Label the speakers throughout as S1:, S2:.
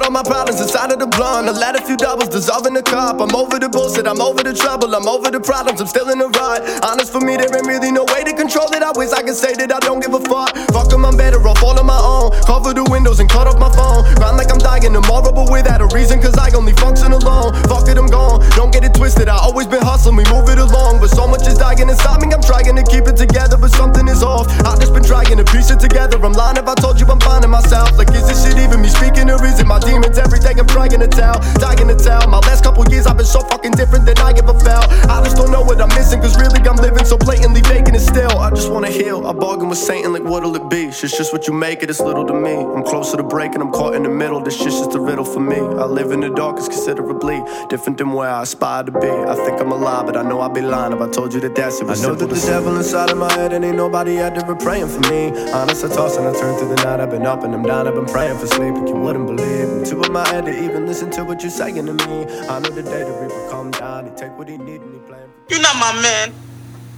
S1: shot of the blunt, I light a few doubles, dissolving the cop. I'm over the bullshit, I'm over the trouble, I'm over the problems, I'm still in the rut. Honest for me, there ain't really no way to control it. I wish I could say that I don't give a fuck. Fuck 'em, I'm better off all on my own. Cover the windows and cut off my phone. Grind like I'm dying tomorrow, but without a reason, cause I only function alone. Fuck it, I'm gone. Don't get it twisted, I always been hustling, we move it along. But so much is dying inside me, I'm trying to keep it together, but something is off. I just been trying to piece it together. I'm lying if I told you I'm finding myself. Like, is this shit even me speaking, or is it my demons? Everything I'm trying to tell, dying to tell. My last couple years, I've been so fucking different than I ever felt. I just don't know what I'm missing, cause really I'm living so blatantly faking it still. I just wanna heal. I bargain with Satan, like, what'll it be? Shit's just what you make it, it's little to me. I'm closer to breaking, I'm caught in the middle. This shit's just a riddle for me. I live in the dark, it's considerably different than where I aspire to be. I think I'm alive, but I know I'd be lying if I told you that that's it. was
S2: I know
S1: simple
S2: that
S1: to
S2: the
S1: see.
S2: devil inside of my head and ain't nobody out there praying for me. Honest, I toss and I turn through the night. I've been up and I'm down, I've been praying for sleep, but you wouldn't believe. I'm too in my head to even listen to what you're saying to me. I know the day the reaper come down, he take what he need and he play.
S3: You're not my man.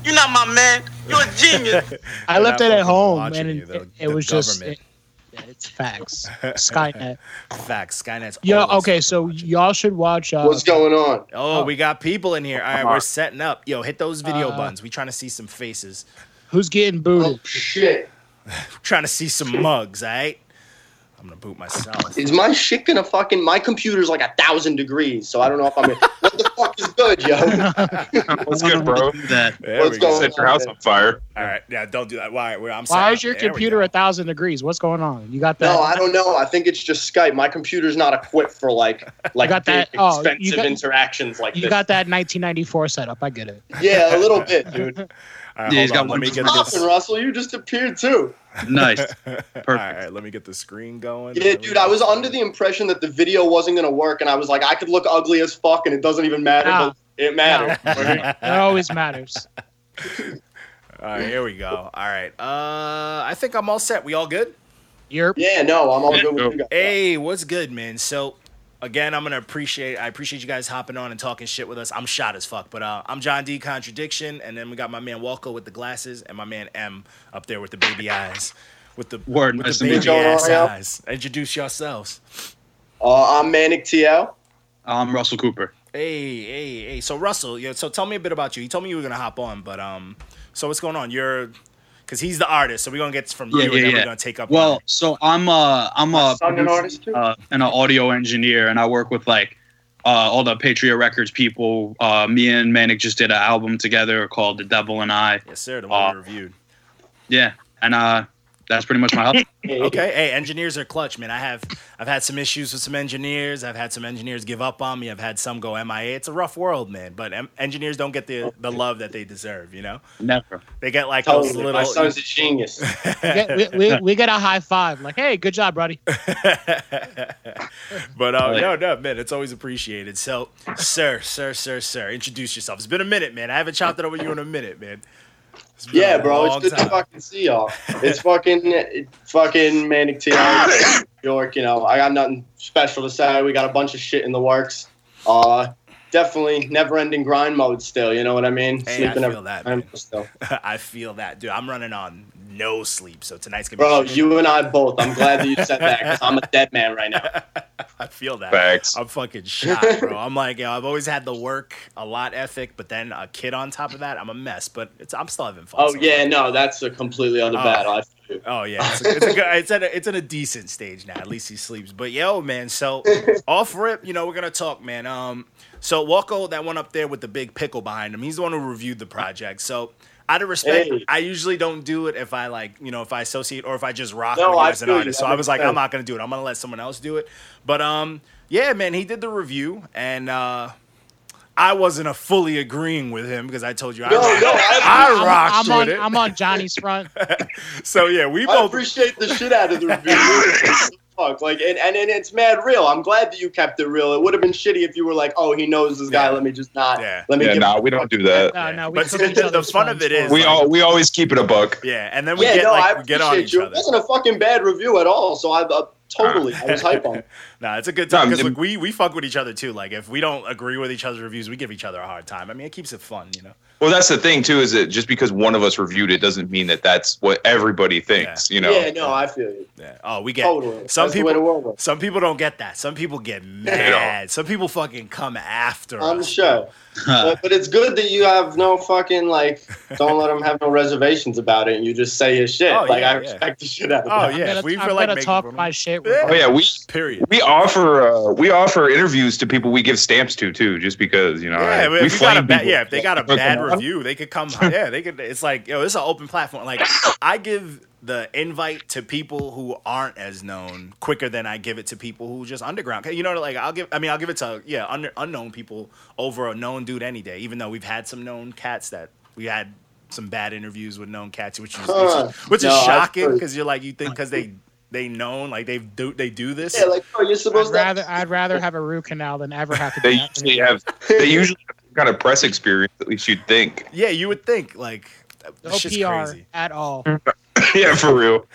S3: You're not my man. You're a genius.
S4: I
S5: They're
S4: left
S5: not
S4: it at
S5: fucking
S4: home,
S5: watching
S4: and
S5: you,
S4: it,
S5: the-
S4: it, it
S5: the
S4: was just
S5: government.
S4: it, it's facts. Skynet.
S5: Facts. Skynet's
S4: Yeah.
S5: always
S4: Okay.
S5: fucking
S4: So
S5: watching.
S4: y'all should watch. Uh,
S6: What's going on?
S5: Oh, we got people in here. All
S6: Uh-huh.
S5: right, we're setting up. Yo, hit those video
S4: Uh,
S5: buttons. We trying to see some faces.
S4: who's getting
S6: Oh
S4: booted?
S6: shit!
S5: We're trying to see some mugs. All right. I'm gonna boot myself.
S6: Is my shit gonna fucking? My computer's like a thousand degrees, so I don't know if I'm. what the fuck is good, yo?
S7: What's good, bro?
S8: That
S5: There we
S6: What's
S5: go.
S6: going-
S7: Set your house on fire.
S5: All right. Yeah, don't do that. Why? Where I'm.
S4: Why
S5: setting
S4: is
S5: up.
S4: your
S5: There we
S4: computer
S5: go.
S4: a thousand degrees? What's going on? You got that?
S6: No, I don't know. I think it's just Skype. My computer's not equipped for like like
S4: got
S6: big,
S4: that- oh, you
S6: expensive
S4: got-
S6: interactions like
S4: you
S6: this.
S4: got that 1994 setup. I get it.
S6: yeah, a little bit, dude.
S5: All right,
S8: Yeah,
S5: hold
S8: he's got
S5: on. Let
S8: one
S5: me get this.
S6: Poppin', Russell, you just appeared too.
S8: nice.
S5: All
S8: Perfect.
S5: right, let me get the screen going.
S6: Yeah, dude. I was under the impression that the video wasn't gonna work, and I was like, I could look ugly as fuck, and it doesn't even matter.
S4: Nah.
S6: But it mattered.
S4: It always matters.
S5: All right, here we go. All right. Uh, I think I'm all set. We all good?
S4: You're
S6: yeah, no, I'm all good with you guys.
S5: Hey, what's good, man? So, again, I'm gonna appreciate. I appreciate you guys hopping on and talking shit with us. I'm shot as fuck, but uh, I'm John D. Contradiction, and then we got my man Walco with the glasses, and my man M up there with the baby eyes, with the
S8: Word,
S5: with
S8: nice
S5: the
S8: to meet
S5: baby
S6: you.
S5: ass
S6: Yo, yo.
S5: eyes. Introduce yourselves.
S6: Uh, I'm Manic TL.
S8: I'm Russell Cooper.
S5: Hey, hey, hey. So Russell, yeah, so tell me a bit about you. You told me you were gonna hop on, but um, so what's going on? You're, cause he's the artist, so we're gonna get from you,
S8: Yeah,
S5: and
S8: yeah,
S5: then we're
S8: yeah.
S5: gonna take up.
S8: Well, so I'm a I'm a
S6: son an artist too?
S8: uh, and an audio engineer, and I work with like uh, all the Patriot Records people. Uh, me and Manic just did an album together called "The Devil and I."
S5: yes, sir, the one we
S8: uh,
S5: reviewed.
S8: Yeah, and uh, that's pretty much my hustle.
S5: Okay, hey, engineers are clutch, man. I have I've had some issues with some engineers. I've had some engineers give up on me. I've had some go MIA. It's a rough world, man. But em- engineers don't get the the love that they deserve. You know,
S8: Never.
S5: they get like those
S6: Totally. My
S5: little.
S6: son's a genius.
S4: Yeah, we, we, we get a high five. Like, hey, good job, buddy.
S5: but uh, no, no, man, it's always appreciated. So, sir, sir, sir, sir, introduce yourself. It's been a minute, man. I haven't chopped it over you in a minute, man. It's been
S6: Yeah,
S5: a
S6: bro, it's
S5: long
S6: good to
S5: time.
S6: fucking see y'all. It's fucking it, fucking Manic TL, New York. You know, I got nothing special to say. We got a bunch of shit in the works. Uh, definitely never-ending grind mode still. You know what I mean?
S5: Hey, I
S6: Sleeping
S5: feel
S6: every
S5: that,
S6: time
S5: man.
S6: still.
S5: I feel that, dude. I'm running on no sleep, so tonight's gonna
S6: Bro,
S5: be. shit.
S6: you and I both. I'm glad that you said that because I'm a dead man right now.
S5: I feel that.
S7: Facts.
S5: I'm fucking shot, bro. I'm like, yo, I've always had the work a lot ethic, but then a kid on top of that, I'm a mess. But it's, I'm still having fun.
S6: Oh
S5: so
S6: yeah,
S5: far.
S6: no, that's a completely other
S5: Oh.
S6: battle. I feel you.
S5: Oh yeah, it's, it's a good, it's at a, it's in a decent stage now. At least he sleeps. But yo, man, so off rip, you know, we're gonna talk, man. Um, so Walko, that one up there with the big pickle behind him, he's the one who reviewed the project. So out of respect,
S6: Hey.
S5: I usually don't do it if I like, you know, if I associate or if I just rock
S6: No,
S5: with you
S6: I
S5: as an
S6: feel you.
S5: artist.
S6: That
S5: So I
S6: makes
S5: was like, I'm
S6: sense.
S5: not gonna do it. I'm gonna let someone else do it. But um, yeah, man, he did the review and uh. I wasn't a fully agreeing with him because I told you I,
S6: No,
S5: rocked-
S6: no, I-
S5: I
S4: I'm-
S5: rocked
S4: I'm,
S5: with
S4: on.
S5: it.
S4: I'm on Johnny's front.
S5: so yeah, we
S6: I
S5: both
S6: appreciate the shit out of the review. Fuck, like, and, and and it's mad real. I'm glad that you kept it real. It would have been shitty if you were like, oh, he knows this guy.
S5: Yeah.
S6: Let me just not.
S5: Yeah.
S6: Let me.
S7: Yeah,
S6: give
S7: nah, we don't do that.
S4: Uh, No, no. We
S5: But
S4: took
S5: the-
S4: each
S5: the
S4: other's
S5: fun of
S4: phones.
S5: it is-
S7: We all we always keep it a buck.
S5: Yeah, and then we
S6: yeah,
S5: get
S6: no, I
S5: like we
S6: appreciate
S5: get on each
S6: you.
S5: other.
S6: It wasn't a fucking bad review at all. So I uh, totally, I was hype on. it.
S5: Nah, it's a good
S7: No,
S5: time
S7: I'm-
S5: because look, we we fuck with each other too. Like if we don't agree with each other's reviews, we give each other a hard time. I mean, it keeps it fun, you know.
S7: Well, that's the thing too. Is that just because one of us reviewed it doesn't mean that that's what everybody thinks. You know.
S6: Yeah, no, I feel you.
S5: Yeah. Oh, we get
S6: Totally.
S5: some
S6: That's the way the
S5: people.
S6: world works.
S5: Some people don't get that. Some people get mad. Some people fucking come after
S6: I'm
S5: us.
S6: sure. but, but it's good that you have no fucking like. Don't let them have no reservations about it. And you just say your shit.
S5: Oh,
S6: like
S5: yeah,
S6: I
S5: yeah.
S6: respect the shit out of
S5: Oh
S6: that.
S5: yeah,
S4: I'm
S5: if we
S4: gonna,
S5: feel like making
S4: talk
S5: fun of
S4: my
S5: them,
S4: shit.
S5: Yeah.
S7: Oh yeah, we
S5: period.
S7: we offer uh, we offer interviews to people we give stamps to too, just because you know.
S5: Yeah,
S7: I-
S5: if, you got a
S7: flame
S5: bad,
S7: people.
S5: yeah, if they got a
S7: Fuck
S5: bad
S7: them.
S5: review, they could come. Yeah, they could. It's like yo, it's an open platform. Like I give the invite to people who aren't as known quicker than I give it to people who just underground. 'Cause You know, like I'll give. I mean, I'll give it to yeah, under, unknown people over a known dude any day. Even though we've had some known cats that we had some bad interviews with known cats, which is
S6: Huh.
S5: which is, which is
S6: No, I've
S5: shocking
S6: heard.
S5: because you're like you think because they they known like they do they do this.
S6: Yeah, like oh, you're
S4: I'd
S6: supposed
S4: rather
S6: to.
S4: I'd rather have a root canal than ever have to.
S7: They
S4: do that to me.
S7: usually have they usually have some kind of press experience. At least you'd think.
S5: yeah, you would think like.
S4: no
S5: This shit's
S4: PR
S5: crazy.
S4: at all.
S5: Um,
S7: yeah, for real.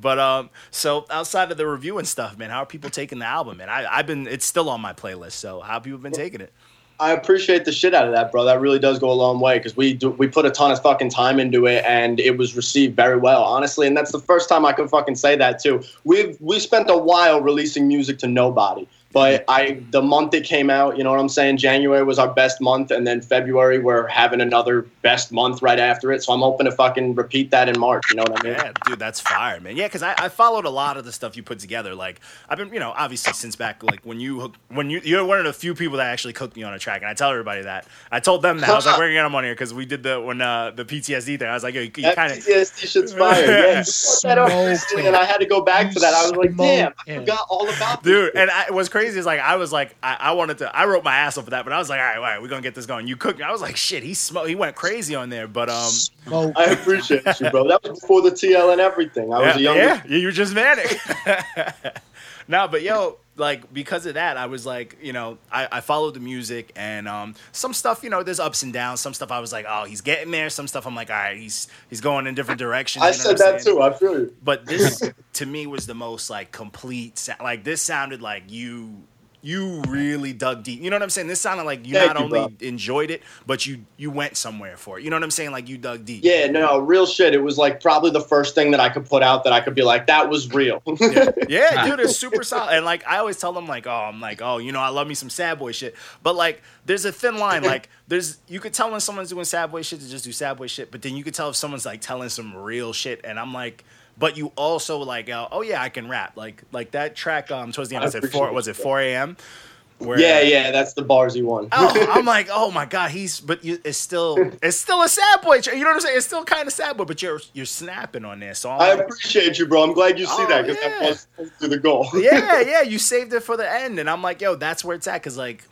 S5: but um, so outside of the review and stuff, man, how are people taking the album? And I, I've been, it's still on my playlist. So how have people been taking it?
S6: I appreciate the shit out of that, bro. That really does go a long way because we do, we put a ton of fucking time into it, and it was received very well, honestly. And that's the first time I can fucking say that too. We've we spent a while releasing music to nobody, but I the month it came out, you know what I'm saying? January was our best month, and then February we're having another best month right after it. So I'm hoping to fucking repeat that in March. You know what I mean?
S5: Yeah, dude, that's fire, man. Yeah, because I, I followed a lot of the stuff you put together. Like I've been, you know, obviously since back, like when you hook- when you you're one of the few people that actually cooked me on a track, and I tell everybody that. I told them that I was like, we're gonna get them on here because we did the when uh, the PTSD thing. I was like, yo, you,
S6: That
S5: kind of.
S6: PTSD shit's fire. Yeah, you brought that up
S4: Smoked
S6: recently,
S4: it.
S6: and I had to go back to that. I was like, damn,
S4: Smoked it.
S6: I forgot all about this.
S5: Dude, and I, what's crazy is like I was like I, I wanted to I wrote my ass off for that, but I was like, all right, all right, we're gonna get this going. You cooked me. I was like, shit, he smoked, he went crazy on there, but um,
S4: Smoke.
S6: I appreciate you, bro. That was before the TL and everything. I was
S5: yeah,
S6: a young
S5: yeah, you were just manic. no, but yo, like because of that, I was like, you know, I, I followed the music and um, some stuff, you know, there's ups and downs. Some stuff I was like, oh, he's getting there. Some stuff I'm like, all right, he's he's going in different directions.
S6: I
S5: you know
S6: said
S5: what I'm
S6: that
S5: saying?
S6: too. I feel you.
S5: But this to me was the most like complete. Sound. Like this sounded like you. You really dug deep. You know what I'm saying? This sounded like you
S6: Thank
S5: not
S6: you,
S5: only
S6: bro.
S5: enjoyed it, but you you went somewhere for it. You know what I'm saying? Like you dug deep.
S6: Yeah, no, real shit. It was like probably the first thing that I could put out that I could be like, that was real.
S5: Yeah, dude, it's super solid. And like I always tell them, like, oh, I'm like, oh, you know, I love me some sad boy shit. But like, there's a thin line. Like, there's you could tell when someone's doing sad boy shit to just do sad boy shit, but then you could tell if someone's like telling some real shit. And I'm like, but you also like, uh, oh yeah, I can rap. Like, like that track um towards the end.
S6: I
S5: I said four.
S6: appreciate
S5: Was it
S6: that.
S5: four a.m. Where,
S6: yeah, yeah, that's the Barzy one.
S5: Oh, I'm like, oh my god, he's but you, it's still it's still a sad boy. tra- You know what I'm saying? It's still kind of sad boy, but you're you're snapping on this. So I'm
S6: I
S5: like-
S6: appreciate you, bro. I'm glad you see
S5: Oh,
S6: that because
S5: yeah.
S6: that was close to the goal.
S5: yeah, yeah, you saved it for the end. And I'm like, yo, that's where it's at. Cause like,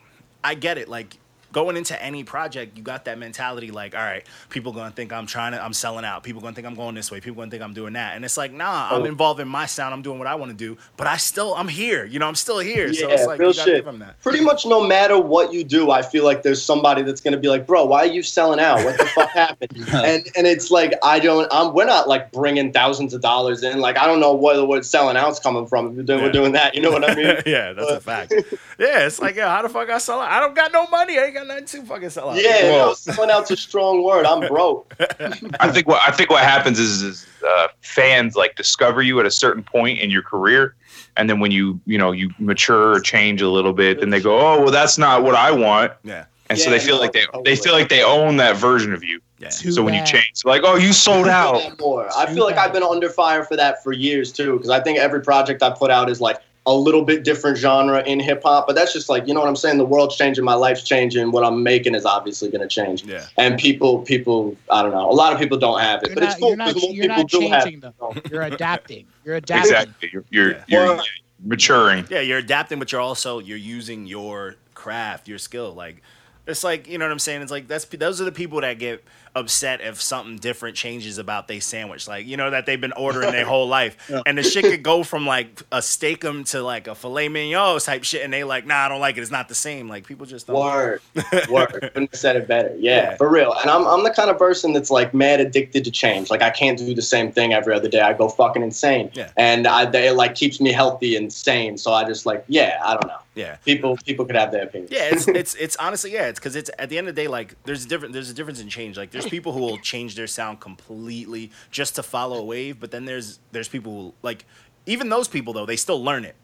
S5: I get it. Like, going into any project, you got that mentality like, all right, people gonna think I'm trying to, I'm selling out. People gonna think I'm going this way. People gonna think I'm doing that. And it's like, nah, I'm
S6: Oh.
S5: involved in my sound. I'm doing what I wanna do, but I still, I'm here. You know, I'm still here.
S6: Yeah,
S5: so it's like,
S6: real
S5: you gotta
S6: shit.
S5: give them that.
S6: Pretty much no matter what you do, I feel like there's somebody that's gonna be like, "Bro, why are you selling out? What the fuck happened?" And and it's like I don't. I'm we're not like bringing thousands of dollars in. Like I don't know where the word selling out's coming from. If we're doing,
S5: Yeah.
S6: we're doing that, you know what I mean?
S5: yeah, that's a
S6: Uh,
S5: fact. Yeah, it's like, yo, how the fuck I sell out? I don't got no money. I ain't got nothing to fucking sell out.
S6: yeah,
S7: Well-
S6: no, selling out's a strong word. I'm broke.
S7: I think what I think what happens is, is uh, fans like discover you at a certain point in your career, and then when you you know you mature or change a little bit, then they go, oh well, that's not what I want,
S5: Yeah.
S7: and so
S6: Yeah,
S7: they feel
S6: no,
S7: like they
S6: totally.
S7: they feel like they own that version of you.
S5: Yeah.
S4: Too
S7: so when you
S4: bad.
S7: change, like oh, you sold out.
S6: That more. I feel like I've been under fire for that for years too, because I think every project I put out is like a little bit different genre in hip hop. But that's just like you know what I'm saying. The world's changing, my life's changing, what I'm making is obviously gonna change.
S5: Yeah.
S6: and people people i don't know a lot of people don't have it
S4: You're
S6: but
S4: not,
S6: it's cool
S4: you're not,
S6: because more
S4: you're
S6: people
S4: not
S6: do have it
S4: changing them. You're adapting. You're adapting.
S7: Exactly, you're you're,
S5: Yeah.
S7: you're
S6: Well-
S7: maturing.
S5: Yeah, you're adapting, but you're also you're using your craft, your skill. Like It's like you know what I'm saying. It's like that's those are the people that get upset if something different changes about they sandwich. Like you know that they've been ordering their whole life, and the shit could go from like a steakum to like a filet mignon type shit, and they like, nah, I don't like it. It's not the same. Like people just don't.
S6: Word, word. Couldn't have said it better. Yeah,
S5: Yeah.
S6: for real. And I'm, I'm the kind of person that's like mad addicted to change. Like I can't do the same thing every other day. I go fucking insane.
S5: Yeah.
S6: And I, they, it like keeps me healthy and sane. So I just like, yeah, I don't know.
S5: Yeah.
S6: People, people could have their opinion.
S5: Yeah, it's it's it's honestly yeah, it's because it's at the end of the day like there's a different there's a difference in change. Like there's people who will change their sound completely just to follow a wave, but then there's there's people who like even those people though they still learn it.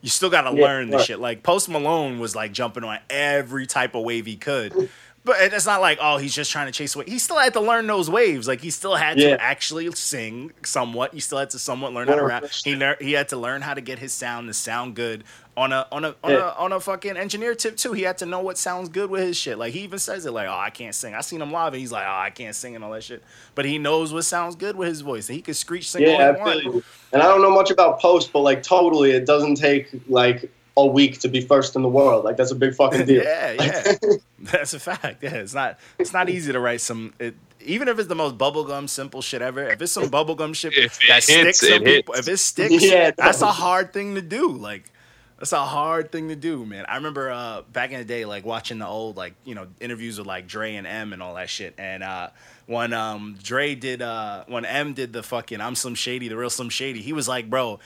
S5: You still gotta
S6: Yeah,
S5: learn the
S6: right.
S5: shit. Like Post Malone was like jumping on every type of wave he could. But it- it's not like oh he's just trying to chase away. He still had to learn those waves. Like he still had
S6: Yeah.
S5: to actually sing somewhat. He still had to somewhat learn how to
S6: Well,
S5: rap. He learned he had to learn how to get his sound to sound good on a on a on,
S6: Yeah.
S5: a on a fucking engineer tip too. He had to know what sounds good with his shit. Like he even says it like, "Oh, I can't sing." I seen him live and he's like, "Oh, I can't sing" and all that shit. But he knows what sounds good with his voice. He could screech sing all
S6: Yeah,
S5: he
S6: I feel
S5: want.
S6: you. And I don't know much about post, but like totally, it doesn't take like a week to be first in the world. Like that's a big fucking deal.
S5: Yeah, yeah. That's a fact. Yeah, it's not it's not easy to write some it, even if it's the most bubblegum simple shit ever. If it's some bubblegum shit
S7: If it
S5: that
S7: hits,
S5: sticks, some
S7: it
S5: people, if
S7: hits.
S5: it sticks,
S6: Yeah, it
S5: that's a
S6: does.
S5: hard thing to do. Like that's a hard thing to do, man. I remember uh, back in the day, like watching the old like you know interviews with like Dre and M and all that shit. And uh, when um, Dre did uh, when M did the fucking I'm Slim Shady, the real Slim Shady, he was like, bro.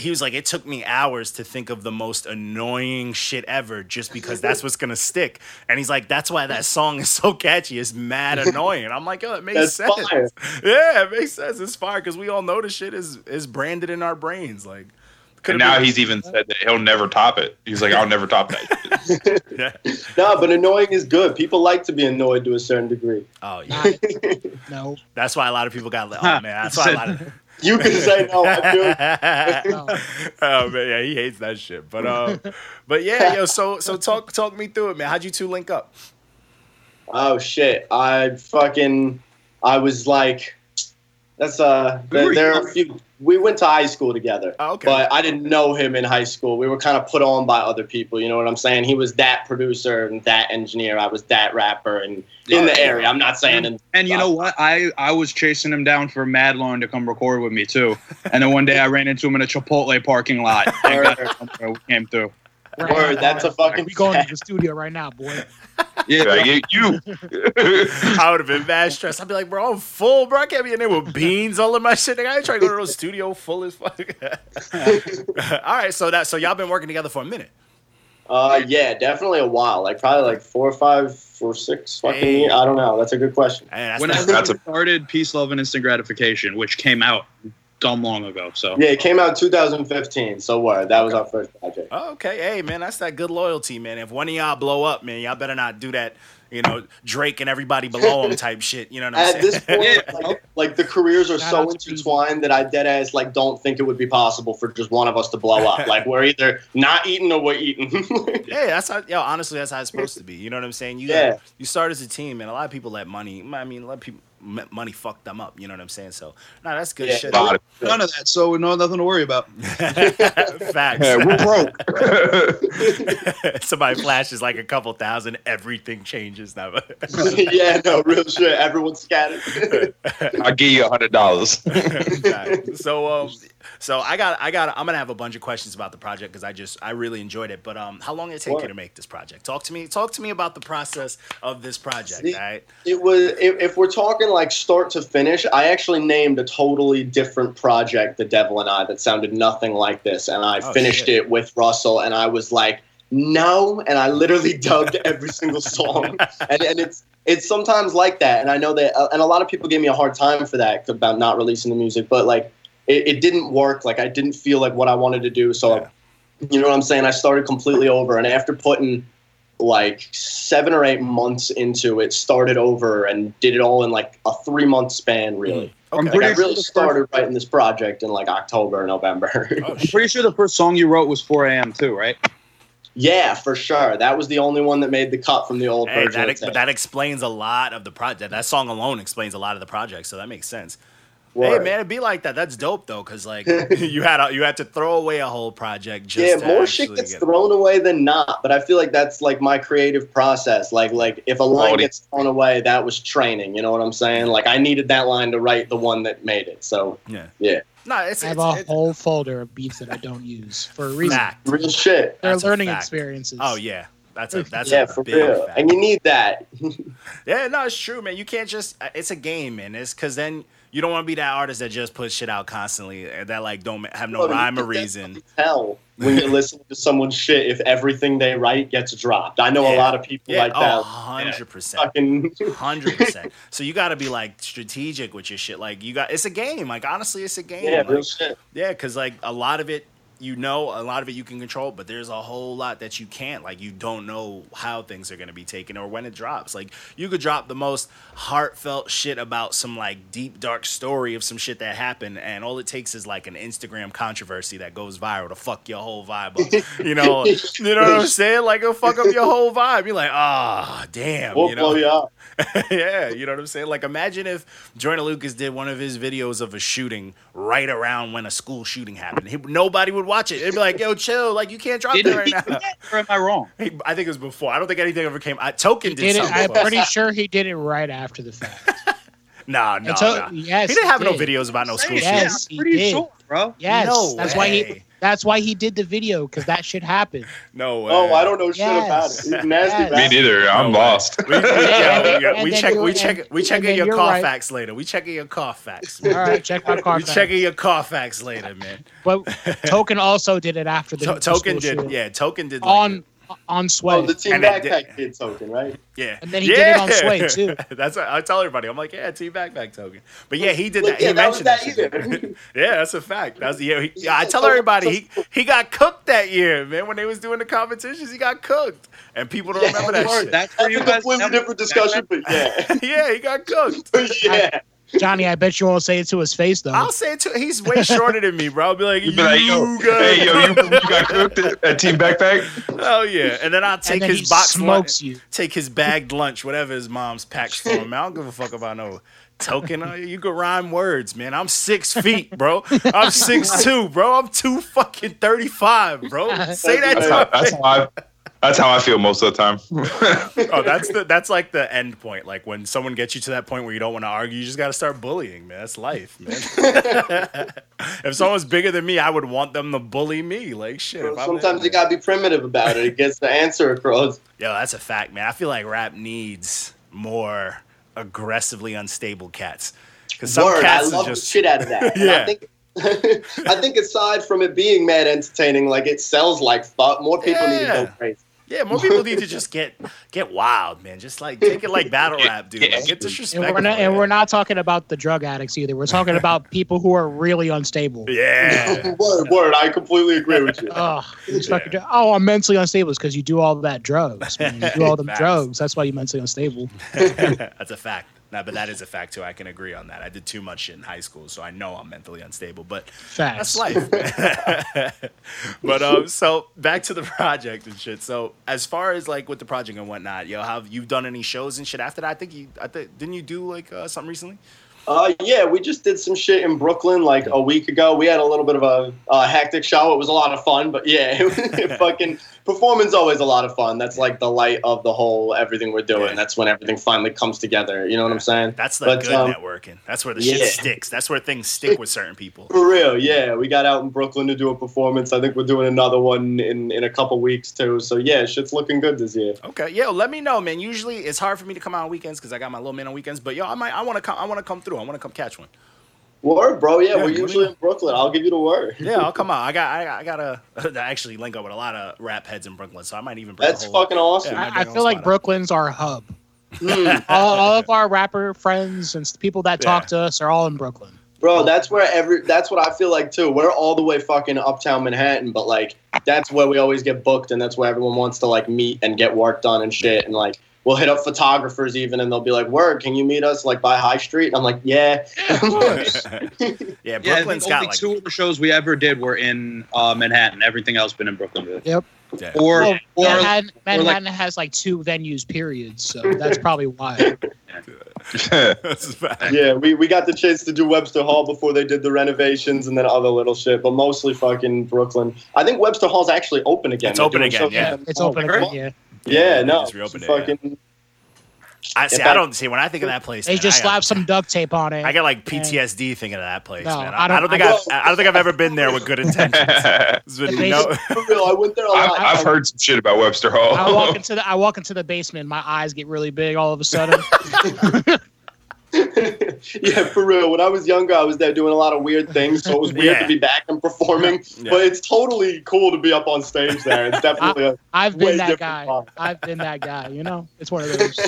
S5: He was like, it took me hours to think of the most annoying shit ever just because that's what's gonna stick. And he's like, that's why that song is so catchy. It's mad annoying. And I'm like, oh, it makes
S6: That's
S5: sense.
S6: fire.
S5: Yeah, it makes sense. It's fire because we all know this shit is is branded in our brains. Like, could've
S7: and now
S5: been-
S7: he's even said that he'll never top it. He's like, I'll never top that.
S5: Yeah.
S6: No, but annoying is good. People like to be annoyed to a certain degree.
S5: Oh yeah.
S4: Not- no,
S5: That's why a lot of people got. Oh man, that's why a lot of.
S6: You can say no. I feel
S5: oh
S4: no.
S5: man, yeah, he hates that shit. But um, but yeah, yo. So so talk talk me through it, man. How'd you two link up?
S6: Oh shit! I fucking I was like, that's uh,
S8: Who were
S6: there,
S8: you?
S6: there are a few. We went to high school together,
S5: Oh, okay.
S6: but I didn't know him in high school. We were kind of put on by other people. You know what I'm saying? He was that producer and that engineer. I was that rapper and in the area. I'm not saying in
S8: And you know what? I, I was chasing him down for mad long to come record with me too. And then one day I ran into him in a Chipotle parking lot. And got his number. we came through.
S4: Right
S6: word.
S4: now,
S6: That's a fucking.
S4: we going
S6: fact.
S4: to the studio right now, boy.
S7: Like,
S8: Yeah,
S7: you, you-
S5: I would have been mad stressed. I'd be like, bro, I'm full, bro. I can't be in there with beans all in my shit. Like, I ain't trying to go to the studio full as fuck. all right, so that so y'all been working together for a minute.
S6: Uh, yeah, definitely a while. Like probably like four or five, four or six. Fucking,
S5: Hey.
S6: years. I don't know. That's a good question.
S5: And that's
S8: when I
S5: not-
S7: That's a-
S8: started Peace, Love, and Instant Gratification, which came out dumb long ago. So
S6: Yeah, it came out 2015. So what? That was our first project.
S5: Oh, okay, hey man, that's that good loyalty, man. If one of y'all blow up, man, y'all better not do that, you know, Drake and everybody below him type shit. You know what I'm
S6: at
S5: saying?
S6: this point,
S8: Yeah.
S6: like, like, the careers are
S4: Shout
S6: so
S4: out to
S6: intertwined that I dead ass like don't think it would be possible for just one of us to blow up. like we're either not eating or we're eating.
S5: Yeah, that's how. Yo, honestly, that's how it's supposed to be. You know what I'm saying? You
S6: Yeah.
S5: you start as a team, and a lot of people let money. I mean, let people m- money fuck them up. You know what I'm saying? So, no, that's good
S6: Yeah.
S5: shit.
S7: Got it.
S8: none of that. So no, nothing to worry about.
S5: Facts.
S7: Yeah, we're broke.
S5: Somebody flashes like a couple thousand, everything changes now.
S6: yeah, no, real shit. Everyone's scattered.
S7: I'll give you a hundred dollars.
S5: Exactly. so um, so I got I got I'm gonna have a bunch of questions about the project because I just I really enjoyed it. But um, how long did it take you
S6: Sure.
S5: to make this project? Talk to me. Talk to me about the process of this project.
S6: See,
S5: all right.
S6: it was if, if we're talking like start to finish, I actually named a totally different project, The Devil and I, that sounded nothing like this, and I
S5: Oh,
S6: finished
S5: shit.
S6: it with Russell, and I was like. No, and I literally dubbed every single song, and, and it's it's sometimes like that, and I know that, uh, and a lot of people gave me a hard time for that about not releasing the music, but like it, it didn't work. Like I didn't feel like what I wanted to do. So, you know what I'm saying? I started completely over. And after putting like seven or eight months into it, started over and did it all in like a three month span,
S5: Hmm.
S6: really.
S5: Okay.
S6: Like
S8: I'm
S6: I
S8: Pretty
S6: really
S8: sure the
S6: started writing this project in like October or November.
S5: Oh,
S8: I'm
S5: shit.
S8: pretty sure the first song you wrote was 4 a.m. too, right?
S6: yeah, for sure. That was the only one that made the cut from the old
S5: Hey, that,
S6: version. I'd
S5: ex-
S6: say.
S5: but that explains a lot of the project. That song alone explains a lot of the project, so that makes sense. Hey
S6: Word.
S5: man, it'd be like that. That's dope though, because like you had a, you had to throw away a whole project
S6: yeah,
S5: just to
S6: more shit
S5: actually
S6: gets
S5: get-
S6: thrown away than not, but I feel like that's like my creative process. Like like if a line
S7: Quality.
S6: gets thrown away, that was training, you know what I'm saying? Like I needed that line to write the one that made it. So
S5: Yeah,
S6: Yeah.
S5: No, it's,
S4: I
S5: it's,
S4: have a
S5: it's
S4: whole folder of beats that I don't use for a reason.
S5: fact.
S6: real shit.
S4: They're
S5: That's a
S4: learning
S5: fact.
S4: experiences.
S5: Oh yeah, that's a that's
S6: yeah,
S5: a
S6: for
S5: big
S6: real.
S5: fact.
S6: And you need that.
S5: Yeah, no, it's true, man. You can't just. uh, It's a game, man. It's because then you don't want to be that artist that just puts shit out constantly uh, that like don't have no
S6: Well, Oh, you
S5: rhyme or
S6: can
S5: reason.
S6: definitely Tell when you're listening to someone's shit if everything they write gets dropped. I know a
S5: Yeah.
S6: lot of people
S5: Yeah,
S6: like
S5: oh,
S6: that.
S5: 100 percent,
S6: Fucking
S5: hundred percent. So you got to be like strategic with your shit. Like you got, it's a game. Like honestly, it's a game.
S6: yeah, real
S5: Like,
S6: shit.
S5: Yeah, because like a lot of it, you know, a lot of it you can control, but there's a whole lot that you can't. Like you don't know how things are gonna be taken or when it drops. Like you could drop the most heartfelt shit about some like deep dark story of some shit that happened, and all it takes is like an Instagram controversy that goes viral to fuck your whole vibe up. You know, you know what I'm saying? Like it'll fuck up your whole vibe. You're like, ah, damn.
S6: We'll
S5: you know?
S6: blow you up.
S5: yeah, you know what I'm saying? Like, imagine if Jordan Lucas did one of his videos of a shooting right around when a school shooting happened. He, nobody would watch it. It'd be like, yo, chill. Like, you can't drop
S8: Did
S5: that
S8: he do
S5: right now.
S8: that, or am I wrong?
S5: He- I think it was before. I don't think anything ever came. I, Token
S4: He
S5: did,
S4: did it,
S5: something.
S4: I'm
S5: close.
S4: pretty sure he did it right after the fact.
S5: Nah, nah,
S4: I told-
S5: nah.
S4: yes,
S5: he didn't have
S4: he
S5: no
S4: did.
S5: videos about no school
S8: Saying,
S5: shooting.
S4: Yes,
S8: I'm
S4: he
S8: pretty
S4: did.
S8: sure, bro.
S4: Yes,
S5: No
S4: that's why
S5: way.
S4: he. That's why he did the video because that should happen.
S5: No way.
S6: Oh, I don't know shit
S4: Yes.
S6: about it. He's nasty
S4: Yes.
S6: bastard.
S7: Me neither. I'm
S5: No way.
S7: lost.
S5: We, we, yeah, we-
S4: And
S5: we
S4: then
S5: check.
S4: you-
S5: We check.
S4: and-
S5: We check
S4: and
S5: in
S4: then
S5: your
S4: you're
S5: car
S4: right.
S5: facts later. We check in your car facts.
S4: All right, check my car.
S5: We check in your car facts later, man.
S4: But Token also did it after the
S5: To-
S4: the
S5: Token
S4: school
S5: did.
S4: shooting.
S5: Yeah, Token did. like
S4: on on Sway.
S6: Oh, the team
S5: And it did-
S6: backpack kid token, right?
S5: Yeah.
S4: And then he did it on Sway, too.
S5: that's what I tell everybody. I'm like, yeah, team backpack token. But yeah, he did
S6: Look,
S5: that.
S6: yeah,
S5: he mentioned
S6: that was that
S5: shit.
S6: either.
S5: yeah, that's a fact. That's yeah, he, yeah, I tell everybody he he got cooked that year, man. When they was doing the competitions, he got cooked. And people don't
S6: Yeah,
S5: remember
S6: that
S5: that
S6: worked.
S5: shit.
S8: That's where
S6: That's
S8: you
S6: a
S8: guys.
S6: completely
S8: that-
S6: different discussion, but yeah.
S5: yeah, he got cooked.
S6: yeah.
S4: Johnny, I bet you won't say it to his face though.
S5: I'll say it too. He's way shorter than me, bro. I'll be like,
S7: You'd be like, yo,
S5: you guys.
S7: hey, yo, you, you got cooked at, at Team Backpack?
S5: Oh yeah. And then I'll
S4: and
S5: take
S4: then
S5: his
S4: he
S5: box lunch.
S4: smokes you.
S5: take his bagged lunch, whatever his mom's packed for him. I don't give a fuck about no token. Uh, You could rhyme words, man. I'm six feet, bro. I'm six two, bro. I'm two fucking thirty five, bro. Say that
S7: That's
S5: to
S7: how,
S5: my
S7: that's how I. That's how I feel most of the time.
S5: Oh, that's the that's like the end point. Like when someone gets you to that point where you don't want to argue, you just gotta start bullying, man. That's life, man. if someone's bigger than me, I would want them to bully me. Like shit. if I'm
S6: Sometimes
S5: that-
S6: you gotta be primitive about it. It gets the answer across.
S5: Yo, that's a fact, man. I feel like rap needs more aggressively unstable cats. Because some
S6: Word, I
S5: cats is
S6: love
S5: just
S6: the shit out of that. And
S5: Yeah.
S6: I think I think aside from it being mad entertaining, like it sells like fuck. More people need to
S5: Yeah.
S6: go crazy.
S5: yeah. More people need to just get get wild, man. Just like take it like battle rap, dude. Like, get
S4: And
S5: disrespectful.
S4: we're not and
S5: man.
S4: we're not talking about the drug addicts either. We're talking about people who are really unstable.
S5: Yeah.
S6: Word, word. I completely agree with you.
S4: Ugh, it's fucking- oh, I'm mentally unstable. It's because you do all that drugs. Man. You do all them
S5: Facts.
S4: drugs. That's why you're mentally unstable.
S5: that's a fact. No, but that is a fact too. I can agree on that. I did too much shit in high school, so I know I'm mentally unstable. But
S4: Facts.
S5: That's life. man. but um, so back to the project and shit. So as far as like with the project and whatnot, yo, have you done any shows and shit after that? I think you, I think didn't you do like uh, something recently?
S6: Uh, yeah, we just did some shit in Brooklyn like a week ago. We had a little bit of a uh, hectic show. It was a lot of fun, but yeah, fucking performance always a lot of fun. That's like the light of the whole everything we're doing.
S5: Yeah.
S6: That's when everything finally comes together. You know what I'm saying?
S5: That's the
S6: But,
S5: good
S6: um,
S5: networking. That's where the
S6: yeah.
S5: shit sticks. That's where things stick with certain people.
S6: For real, yeah. We got out in Brooklyn to do a performance. I think we're doing another one in, in a couple weeks too. So yeah, shit's looking good this year.
S5: Okay, yo, let me know, man. Usually it's hard for me to come out on weekends because I got my little man on weekends. But yo, I might, I want to come, I want to come through. I want to come catch one.
S6: Word, bro. Yeah,
S5: Yeah,
S6: we're
S5: let me
S6: usually
S5: know.
S6: in Brooklyn. I'll give you the word.
S5: Yeah, I'll come out. I got, I, got- I gotta I actually link up with a lot of rap heads in Brooklyn, so I might even bring. a
S6: That's
S5: whole,
S6: fucking awesome.
S5: Yeah.
S4: I, I feel like Brooklyn's our hub.
S6: Mm.
S4: all, all of our rapper friends and people that talk
S5: Yeah.
S4: to us are all in Brooklyn.
S6: Bro, that's where every that's what I feel like too. We're all the way fucking uptown Manhattan, but like that's where we always get booked and that's where everyone wants to like meet and get work done and shit and like we'll hit up photographers even and they'll be like, Word, can you meet us like by High Street? And I'm like, Yeah.
S5: yeah,
S8: Yeah, I
S5: Brooklyn's
S8: think
S5: got
S8: only
S5: like
S8: two of the shows we ever did were in uh, Manhattan. Everything else been in Brooklyn.
S4: Yep.
S5: Yeah.
S8: or
S4: Well,
S8: or
S4: Manhattan,
S8: or like-
S4: Manhattan has like two venues, period. So that's probably why.
S5: This is bad.
S6: Yeah, we, we got the chance to do Webster Hall before they did the renovations and then other little shit, but mostly fucking Brooklyn. I think Webster Hall's actually open again.
S5: It's
S6: They're
S5: open
S6: doing
S5: again,
S6: something
S5: yeah.
S6: in
S4: It's
S6: the
S4: open
S6: mall.
S4: again. Yeah,
S6: Yeah,
S5: They
S6: no.
S5: just reopened it,
S6: fucking,
S5: I see.
S6: If I-
S5: I don't see when I think of that place.
S4: they
S5: man,
S4: just
S5: I got-
S4: slapped some duct tape on it.
S5: I got like PTSD thinking of that place,
S4: No,
S5: man.
S4: I
S5: I, don't,
S4: don't-
S5: I don't think
S6: I-
S5: I've, I don't think I've ever been there with good intentions.
S7: I've,
S5: It's been-
S4: They-
S5: no-
S6: For real, I went there a lot.
S7: I've heard some shit about Webster
S4: I walk
S7: Hall.
S4: into the I walk into the basement. My eyes get really big all of a sudden.
S6: yeah, for real. When I was younger, I was there doing a lot of weird things, so it was weird
S5: Yeah.
S6: to be back and performing.
S5: Yeah.
S6: But it's totally cool to be up on stage there. It's definitely a
S4: I've
S6: Way
S4: been that guy.
S6: different vibe.
S4: I've been that guy. You know, it's one of those.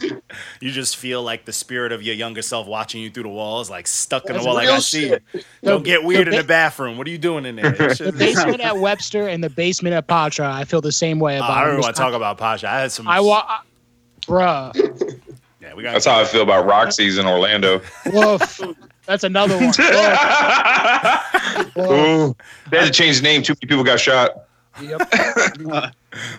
S5: you just feel like the spirit of your younger self watching you through the walls, like stuck in the
S4: That's
S5: wall. Like
S6: real
S5: I see, you.
S6: shit.
S5: don't
S4: The-
S5: get weird in
S4: the
S5: the bathroom. What are you doing in there? It's
S4: The
S5: just-
S4: basement at Webster and the basement at Patra. I feel the same way
S5: Oh,
S4: about.
S5: I don't
S4: them.
S5: even want to talk about Pasha. I had some.
S4: I wa- Bruh,
S5: Yeah, we got.
S7: That's how I feel about Roxy's in Orlando.
S4: woof. That's another one. Woof, woof.
S7: Ooh. They had to change the name. Too many people got shot.
S4: Yep.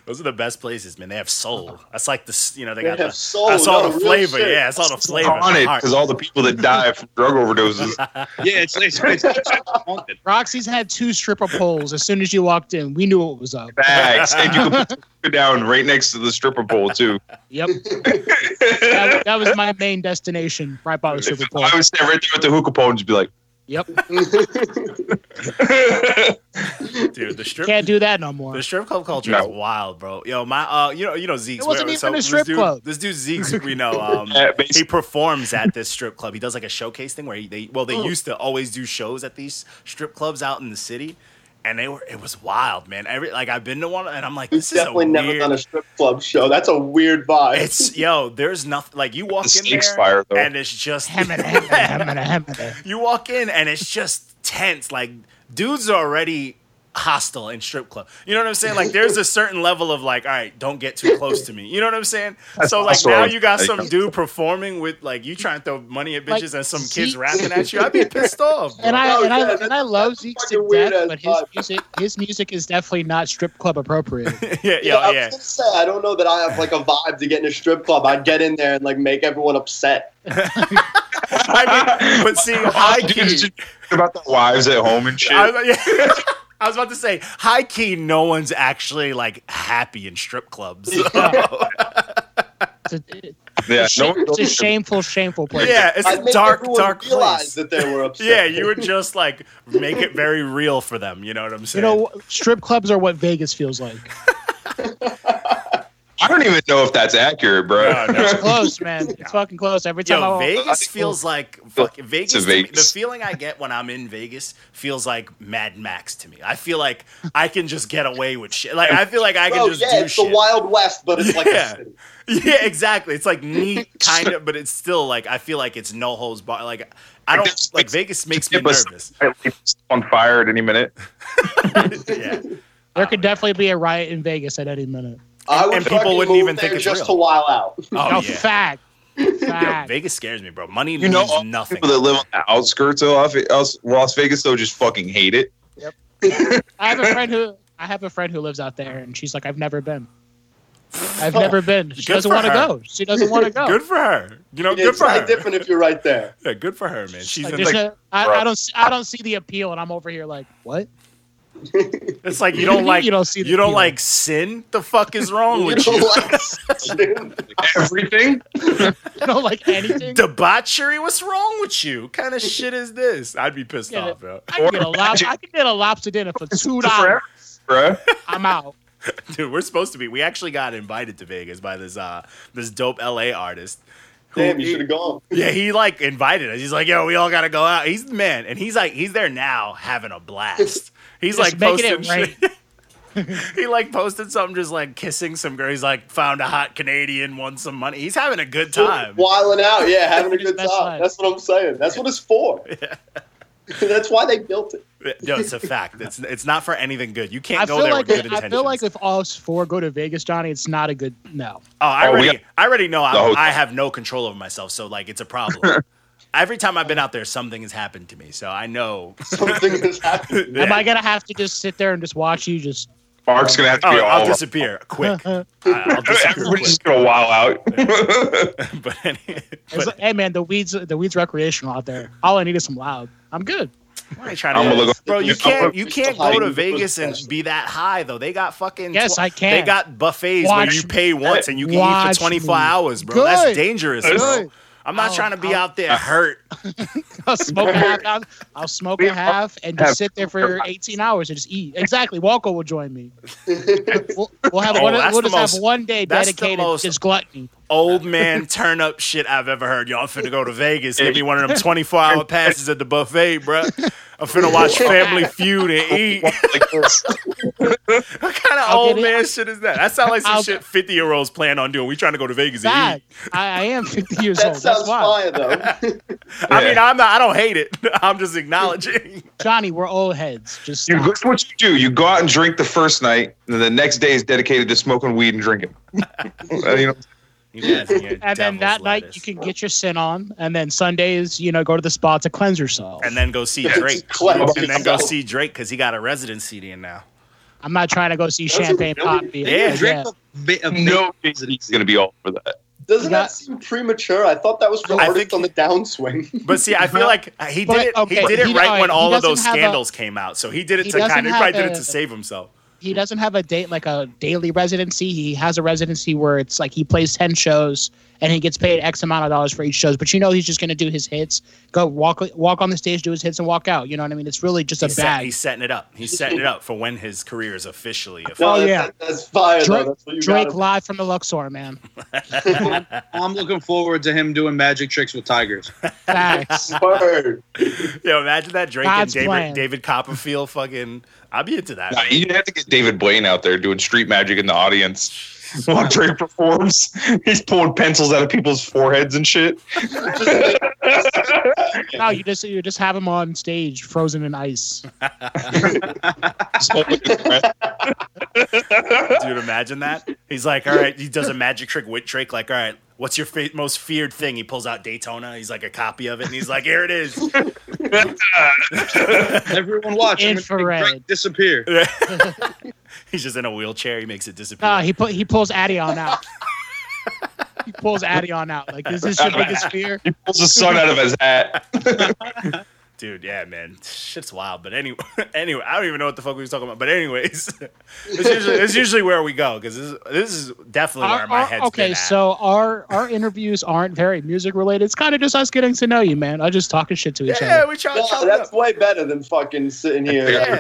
S5: Those are the best places, man. They have soul. That's like this. You know, they,
S6: They
S5: got.
S6: have
S5: the,
S6: soul,
S5: That's
S6: no,
S5: all the
S6: real
S5: flavor.
S6: shit.
S5: Yeah, it's all the flavor.
S7: On it
S5: Heart.
S7: because all the people that die from drug overdoses.
S8: yeah, it's it's, it's, it's haunted.
S4: Roxy's had two stripper poles. As soon as you walked in, we knew what was up.
S7: Facts. And you can put it down right next to the stripper pole too.
S4: Yep. That, that was my main destination, right by the stripper
S7: If
S4: pole.
S7: I would stand right there with the hookah pole and just be like,
S4: Yep.
S5: dude. The strip.
S4: Can't do that no more.
S5: The strip club culture
S7: No.
S5: is wild, bro. Yo, my uh, you know, you know Zeke's.
S4: It wasn't
S5: where-
S4: even a strip
S5: this dude,
S4: club.
S5: This dude Zeke's, we know. Um,
S7: Yeah, basically.
S5: he performs at this strip club. He does like a showcase thing where he, they well
S4: Oh.
S5: they used to always do shows at these strip clubs out in the city, and they were it was wild, man. Every like I've been to one and I'm like
S6: He's
S5: this is a
S6: definitely
S5: weird.
S6: never done a strip club show. That's a weird vibe.
S5: it's yo, there's nothing like you walk
S7: The
S5: in
S7: stakes
S5: there
S7: fire, though.
S5: and it's just
S4: Hammer, hammer, hammer, hammer.
S5: you walk in and it's just tense. Like dudes are already hostile in strip club. You know what I'm saying? Like there's a certain level of like, all right, don't get too close to me. You know what I'm saying? so like
S7: that's
S5: now
S7: right.
S5: you got some dude performing with like you trying to throw money at bitches
S4: Like,
S5: and some
S4: see-
S5: kids rapping at you. I'd be pissed off. bro.
S4: And I
S6: Oh,
S4: and
S6: yeah,
S4: I
S6: that's-
S4: and I love Zeke
S6: fucking
S4: to
S6: weird
S4: death,
S6: as
S4: but his
S6: fuck.
S4: music his music is definitely not strip club appropriate.
S5: yeah,
S6: Yeah,
S5: yeah,
S6: I
S5: yeah.
S6: was gonna say, I don't know that I have like a vibe to get in a strip club. I'd get in there and like make everyone upset.
S5: I mean, but see, high
S7: Dude,
S5: key.
S7: it's just about the wives at home and shit.
S5: I was, yeah. I was about to say, high key, no one's actually like happy in strip clubs.
S4: It's a, it's
S7: yeah,
S4: a
S7: no
S4: shame-
S7: one
S4: it's a shameful, shameful place.
S5: yeah, it's
S6: I'd
S5: a
S6: make
S5: dark,
S6: everyone
S5: dark
S6: realize
S5: place.
S6: that they were upset.
S5: Yeah, you would just like make it very real for them. You know what I'm
S4: You
S5: saying?
S4: know, strip clubs are what Vegas feels like.
S7: I don't even know if that's accurate, bro.
S5: Oh, No, no.
S4: Close, man. It's fucking close. Every time
S5: Yo,
S4: I
S5: Vegas feels like fuck, Vegas. to me- the
S7: Vegas.
S5: feeling I get when I'm in Vegas feels like Mad Max to me. I feel like I can just get away with shit. Like I feel like I
S6: Bro,
S5: can just
S6: Oh, yeah,
S5: do
S6: it's
S5: shit.
S6: the Wild West, but it's like
S5: Yeah.
S6: a city.
S5: yeah, exactly. It's like neat, kind of, but it's still like I feel like it's no holds bar. Like I
S7: Like,
S5: don't
S7: that's-
S5: like Vegas makes me
S7: Give us-
S5: nervous.
S7: It's on fire at any minute.
S5: Yeah.
S4: there could definitely be a riot in Vegas at any minute.
S6: I would
S5: and people
S6: fucking
S5: wouldn't
S6: move
S5: even
S6: there
S5: think it's
S6: just
S5: real.
S6: to while out.
S5: Oh yeah.
S4: no, fact. Fact.
S5: Vegas scares me, bro. Money
S7: You know,
S5: means
S7: all the
S5: nothing.
S7: people that live on the outskirts of Las- Las Las Vegas though just fucking hate it.
S4: I have a friend who I have a friend who lives out there, and she's like, "I've never been. I've never been. She
S5: Good
S4: doesn't
S5: for
S4: want to
S5: her.
S4: go. She doesn't want to go.
S5: Good for her. You know, good
S6: it's
S5: for
S6: like
S5: her.
S6: different if you're right there.
S5: Yeah, good for her, man. She's
S4: Like,
S5: in
S4: there's
S5: like,
S4: no- I,
S7: bruh.
S4: I don't. See, I don't see the appeal, and I'm over here like, what?
S5: it's like you
S4: You
S5: don't like you
S4: don't see the
S5: don't
S4: appeal.
S5: like sin. The fuck is wrong
S6: You
S5: with
S6: don't
S5: you?
S6: like-
S8: Everything.
S4: I don't like anything.
S5: Debauchery. What's wrong with you? What kind of shit is this? I'd be pissed
S4: Yeah.
S5: off, bro.
S4: I can get a lob- I can get a lobster dinner for two dollars.
S7: Bruh.
S4: I'm out.
S5: Dude, we're supposed to be. We actually got invited to Vegas by this uh this dope LA artist. who-
S6: Damn, you should have gone.
S5: Yeah, he like invited us. He's like, yo, we all gotta go out. He's the man, and he's like, he's there now having a blast. He's
S4: Just
S5: like
S4: making it
S5: posting shit. he like posted something, just like kissing some girl. He's like, found a hot Canadian, won some money. He's having a good time.
S6: Whiling out, yeah, having a
S4: His
S6: good
S4: best
S6: time.
S4: life.
S6: That's what I'm saying. That's what it's for. That's why they built it.
S5: No, it's a fact. It's it's not for anything good. You can't
S4: I
S5: go
S4: feel
S5: there with
S4: like
S5: good
S4: if, I
S5: intentions.
S4: feel like if all us four go to Vegas, Johnny, it's not a good no.
S5: oh, I
S7: Oh, we
S5: already
S7: got-
S5: I already know
S7: The hotel.
S5: I, I have no control over myself. So like, it's a problem. Every time I've been out there, something has happened to me. So I know.
S6: Something has happened.
S4: Am
S5: Yeah.
S4: I gonna have to just sit there and just watch you just
S7: Mark's gonna have to be
S5: Oh, I'll,
S7: all.
S5: I'll
S7: over.
S5: disappear quick. I- I'll disappear
S7: We're
S5: quick.
S7: just gonna wow out.
S5: but, any,
S4: It's
S5: but
S4: like, hey man, the weeds the weeds recreational out there. All I need is some loud. I'm good.
S5: I ain't trying
S7: I'm
S5: to.
S7: gonna look-
S5: bro, you
S7: I'm
S5: can't
S7: gonna-
S5: you can't go to Vegas and be that high though. They got fucking.
S4: Yes, I can.
S5: They got buffets where
S4: Watch
S5: you pay once and you can eat
S4: Watch
S5: for 24
S4: me.
S5: hours, bro. That's
S4: Good.
S5: dangerous, bro.
S4: Good. Oh,
S5: I'm not
S4: I'll-
S5: trying to be
S4: I'll-
S5: out there hurt.
S4: I'll smoke a half. I'll, I'll smoke a half and just
S7: Have-
S4: sit there for 18 hours and just eat. Exactly. Walker will join me. We'll, we'll have
S5: Oh,
S4: one.
S5: that's
S4: We'll
S5: the
S4: just
S5: most-
S4: have one day
S5: that's the
S4: dedicated to
S5: most-
S4: just gluttony.
S5: Old man turn up shit I've ever heard. Yo, I'm finna go to Vegas. Give me one of them 24 hour passes at the buffet, bro. I'm finna watch Family Feud and eat.
S7: Like this.
S5: What kind of
S4: I'll
S5: old
S4: get it.
S5: man shit is that? That sounds like some
S4: I'll-
S5: shit 50 year olds plan on doing. We trying to go to Vegas and
S4: That
S5: eat.
S4: I, I am 50 years
S6: That
S4: old.
S6: sounds
S4: That's why.
S6: fire though.
S5: I
S7: Yeah.
S5: mean, I'm not. I don't hate it. I'm just acknowledging.
S4: Johnny, we're old heads. Just
S7: You,
S4: stop.
S7: that's what you do. You go out and drink the first night, and then the next day is dedicated to smoking weed and drinking. Uh, you know,
S4: and then that night you can get your sin on, and then Sundays, you know, go to the spa to cleanse yourself.
S5: and then go see Drake,
S6: Cleanse
S5: and then go
S6: yourself.
S5: see Drake because he got a residency in now.
S4: I'm not trying to go see
S6: Those are
S4: champagne
S6: really-
S4: pop. beer.
S5: Yeah,
S8: Drake a, a
S7: no,
S8: is an
S7: he's gonna be all for that.
S6: Doesn't
S4: Yeah.
S6: that seem premature? I thought that was for
S5: I
S6: artists
S5: think-
S6: on the downswing.
S5: But see, I feel like he did
S4: But,
S5: it. he
S4: okay,
S5: did it
S4: he-
S5: right when
S4: alright,
S5: all
S4: he
S5: of those
S4: doesn't have a-
S5: scandals came out. So he did it
S4: He
S5: to
S4: doesn't
S5: kind of. He probably
S4: have
S5: did it
S4: a-
S5: to save himself.
S4: he doesn't have a date like a daily residency. He has a residency where it's like he plays ten shows and he gets paid X amount of dollars for each shows. But you know he's just gonna do his hits, go walk walk on the stage, do his hits, and walk out. You know what I mean? It's really just a
S5: He's, set-
S4: bag.
S5: he's setting it up. He's setting it up for when his career is officially.
S6: No,
S4: Oh,
S6: that-
S4: yeah.
S6: that- that's fire though.
S4: Drake,
S6: That's what you
S4: Drake
S6: got.
S4: live from the Luxor, man.
S8: I'm looking forward to him doing magic tricks with tigers.
S4: Facts.
S6: Word.
S5: Yo, imagine that Drake
S4: God's
S5: and David,
S4: plan.
S5: David Copperfield. Fucking, I'd be into that.
S7: Nah, you have to get David Blaine out there doing street magic in the audience while Drake performs. He's pulling pencils out of people's foreheads and shit.
S4: no, you just you just have him on stage, frozen in ice.
S7: Just holding his breath.
S5: Dude, imagine that. He's like, all right, he does a magic trick with Drake. Like, all right, what's your fa- most feared thing? He pulls out Daytona. He's like a copy of it, and he's like, here it is.
S8: Everyone watch. I'm gonna make
S4: Infrared.
S8: Drake disappear.
S5: he's just in a wheelchair. He makes it disappear.
S4: No, he put he pulls Addy on out. he pulls Addy on out. Like is this your biggest fear?
S7: He pulls the sun out of his hat.
S5: Dude, yeah, man, shit's wild. But anyway, anyway, I don't even know what the fuck we was talking about. But anyways, it's usually, it's usually where we go because this, is- this is definitely
S4: Our-
S5: where my
S4: our-
S5: head's
S4: okay,
S5: been at.
S4: so our our interviews aren't very music related. It's kind of just us getting to know you, man. I just talking shit to each
S5: yeah,
S4: other.
S5: we try to chop
S6: No,
S5: it up.
S6: that's way better than fucking sitting here
S7: Yeah,
S5: Yeah.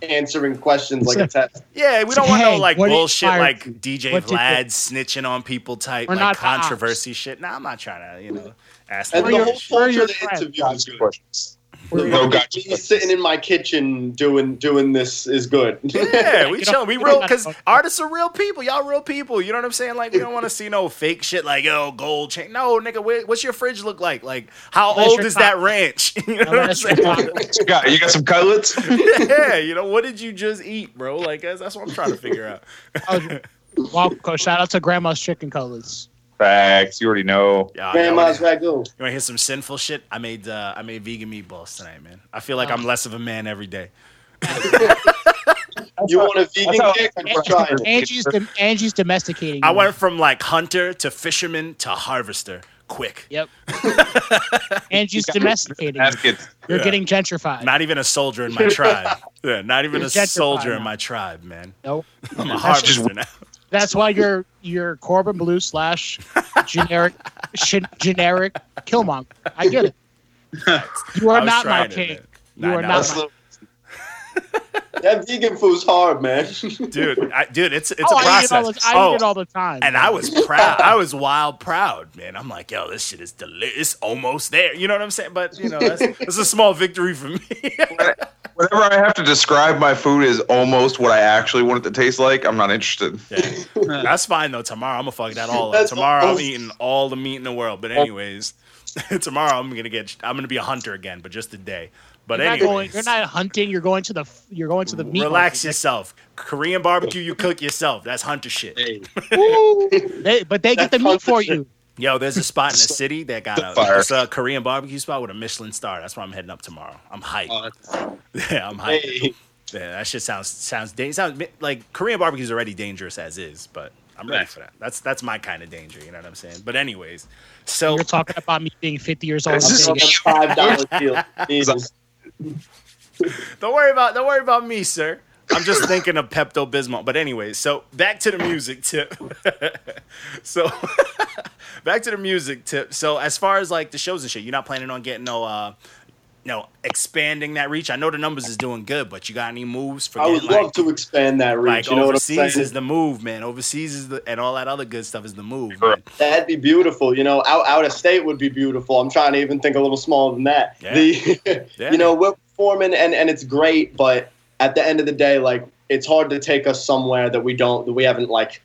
S7: okay.
S6: answering questions like a test.
S5: Yeah, we
S4: It's
S5: don't
S4: like,
S5: want no
S4: hey,
S5: like
S4: what did you
S5: bullshit
S4: fire
S5: like
S4: to?
S5: DJ
S4: What did you-
S5: Vlad snitching on people type
S4: We're
S5: like
S4: not the ops.
S5: controversy shit. Nah, I'm not trying to, you know, ask
S6: And
S5: them
S4: Or
S6: the
S4: your-
S6: whole
S5: bullshit.
S4: or
S6: culture
S4: your
S6: of the
S4: friend.
S6: interview is good.
S7: Questions.
S6: The
S7: No
S6: fucking
S7: gotcha
S6: me
S7: questions.
S6: sitting in my kitchen doing doing this is good.
S5: Yeah, we
S4: Get off-
S5: chill. We
S4: get
S5: real
S4: off
S5: because
S4: that-
S5: artists are real people. Y'all real people. You know what I'm saying? Like we don't want to see no fake shit. Like yo, gold chain. No, nigga, wh- what's your fridge look like? Like how
S4: Unless
S5: old
S4: you're
S5: is
S4: top-
S5: that ranch? You know what I'm
S4: Unless you're
S5: saying?
S4: talking-
S7: What you got? You got some cutlets?
S5: yeah, you know what did you just eat, bro? Like that's, that's what I'm trying to figure out.
S4: Walco, shout out to Grandma's Chicken Colors.
S7: Facts. You already know.
S5: Yeah, y'all wanna-
S6: Grandma's ragu.
S5: You want to hear some sinful shit? I made uh, I made vegan meatballs tonight, man. I feel
S4: Oh.
S5: like I'm less of a man every day.
S6: You want a vegan
S7: how-
S6: kick? I'm trying it.
S4: Angie's dom- Angie's domesticating.
S5: I
S4: you.
S5: went from like hunter to fisherman to harvester. Quick,
S4: Yep. Angie's domesticating. you.
S7: Baskets.
S4: You're
S5: Yeah.
S4: getting gentrified.
S5: not even a soldier in my tribe. Yeah, not even a
S4: Gentrified
S5: soldier in
S4: now.
S5: my tribe, man.
S4: Nope.
S5: I'm a
S7: That's just-
S5: harvester now.
S4: That's why you're you're Corbin Blue slash generic sh- generic Killmonger. I get it. You
S5: I
S4: are
S5: was
S4: not my
S5: trying it,
S4: king.
S5: man.
S4: You
S5: Nah,
S4: are
S5: nah,
S4: not
S5: that's-
S4: my
S6: That vegan food's hard, man.
S5: dude. I, dude, it's it's
S4: Oh,
S5: a
S4: I eat
S5: process.
S4: it all the, I
S5: oh,
S4: eat it all the time.
S5: and I was proud. I was wild proud, man. I'm like, yo, this shit is delicious. It's almost there. You know what I'm saying? But you know, that's, that's a small victory for me.
S7: Whenever I have to describe my food as almost what I actually want it to taste like, I'm not interested.
S5: Yeah. That's fine though. Tomorrow I'm gonna fuck that all up.
S6: That's
S5: Tomorrow I'm
S6: awesome.
S5: eating all the meat in the world. But anyways, tomorrow I'm gonna get. I'm gonna be a hunter again, but just a day. But
S4: you're not, going,
S5: anyways,
S4: you're not hunting. You're going to the f- you're going to the meat.
S5: relax
S4: market.
S5: yourself. Korean barbecue, you cook yourself. That's hunter shit.
S8: Hey,
S4: They, but they get the
S6: That's
S4: meat for
S6: hunting.
S4: you.
S5: Yo, there's a spot in the city that got a,
S7: Fire.
S5: it's a Korean barbecue spot with a Michelin star. That's where I'm heading up tomorrow. I'm hyped.
S8: uh,
S5: yeah, I'm hyped.
S6: Hey,
S5: Yeah, that shit sounds sounds da- sounds like Korean barbecue's already dangerous as is, but I'm ready
S8: Right.
S5: for that. That's that's my kind of danger. You know what I'm saying? But anyways, so
S4: You're talking about me being 50 years old.
S7: This
S4: I'm
S7: is-
S4: thinking,
S6: Five dollar deal. Jesus.
S5: don't worry about don't worry about me, sir. I'm just thinking of Pepto Bismol. But anyways, so back to the music tip. so back to the music tip. So as far as like the shows and shit, you're not planning on getting no uh no expanding that reach. I know the numbers is doing good, but you got any moves for
S6: I would
S5: getting like,
S6: love to expand that reach.
S5: like
S6: you know what I'm
S5: overseas
S6: saying?
S5: is the move, man. Overseas is the and all that other good stuff is the move.
S7: Sure.
S5: man.
S6: That'd be beautiful. You know, out, out of state would be beautiful. I'm trying to even think a little smaller than that.
S5: Yeah.
S6: The,
S5: Yeah.
S6: you know, we're performing and, and it's great, but at the end of the day, like it's hard to take us somewhere that we don't, that we haven't like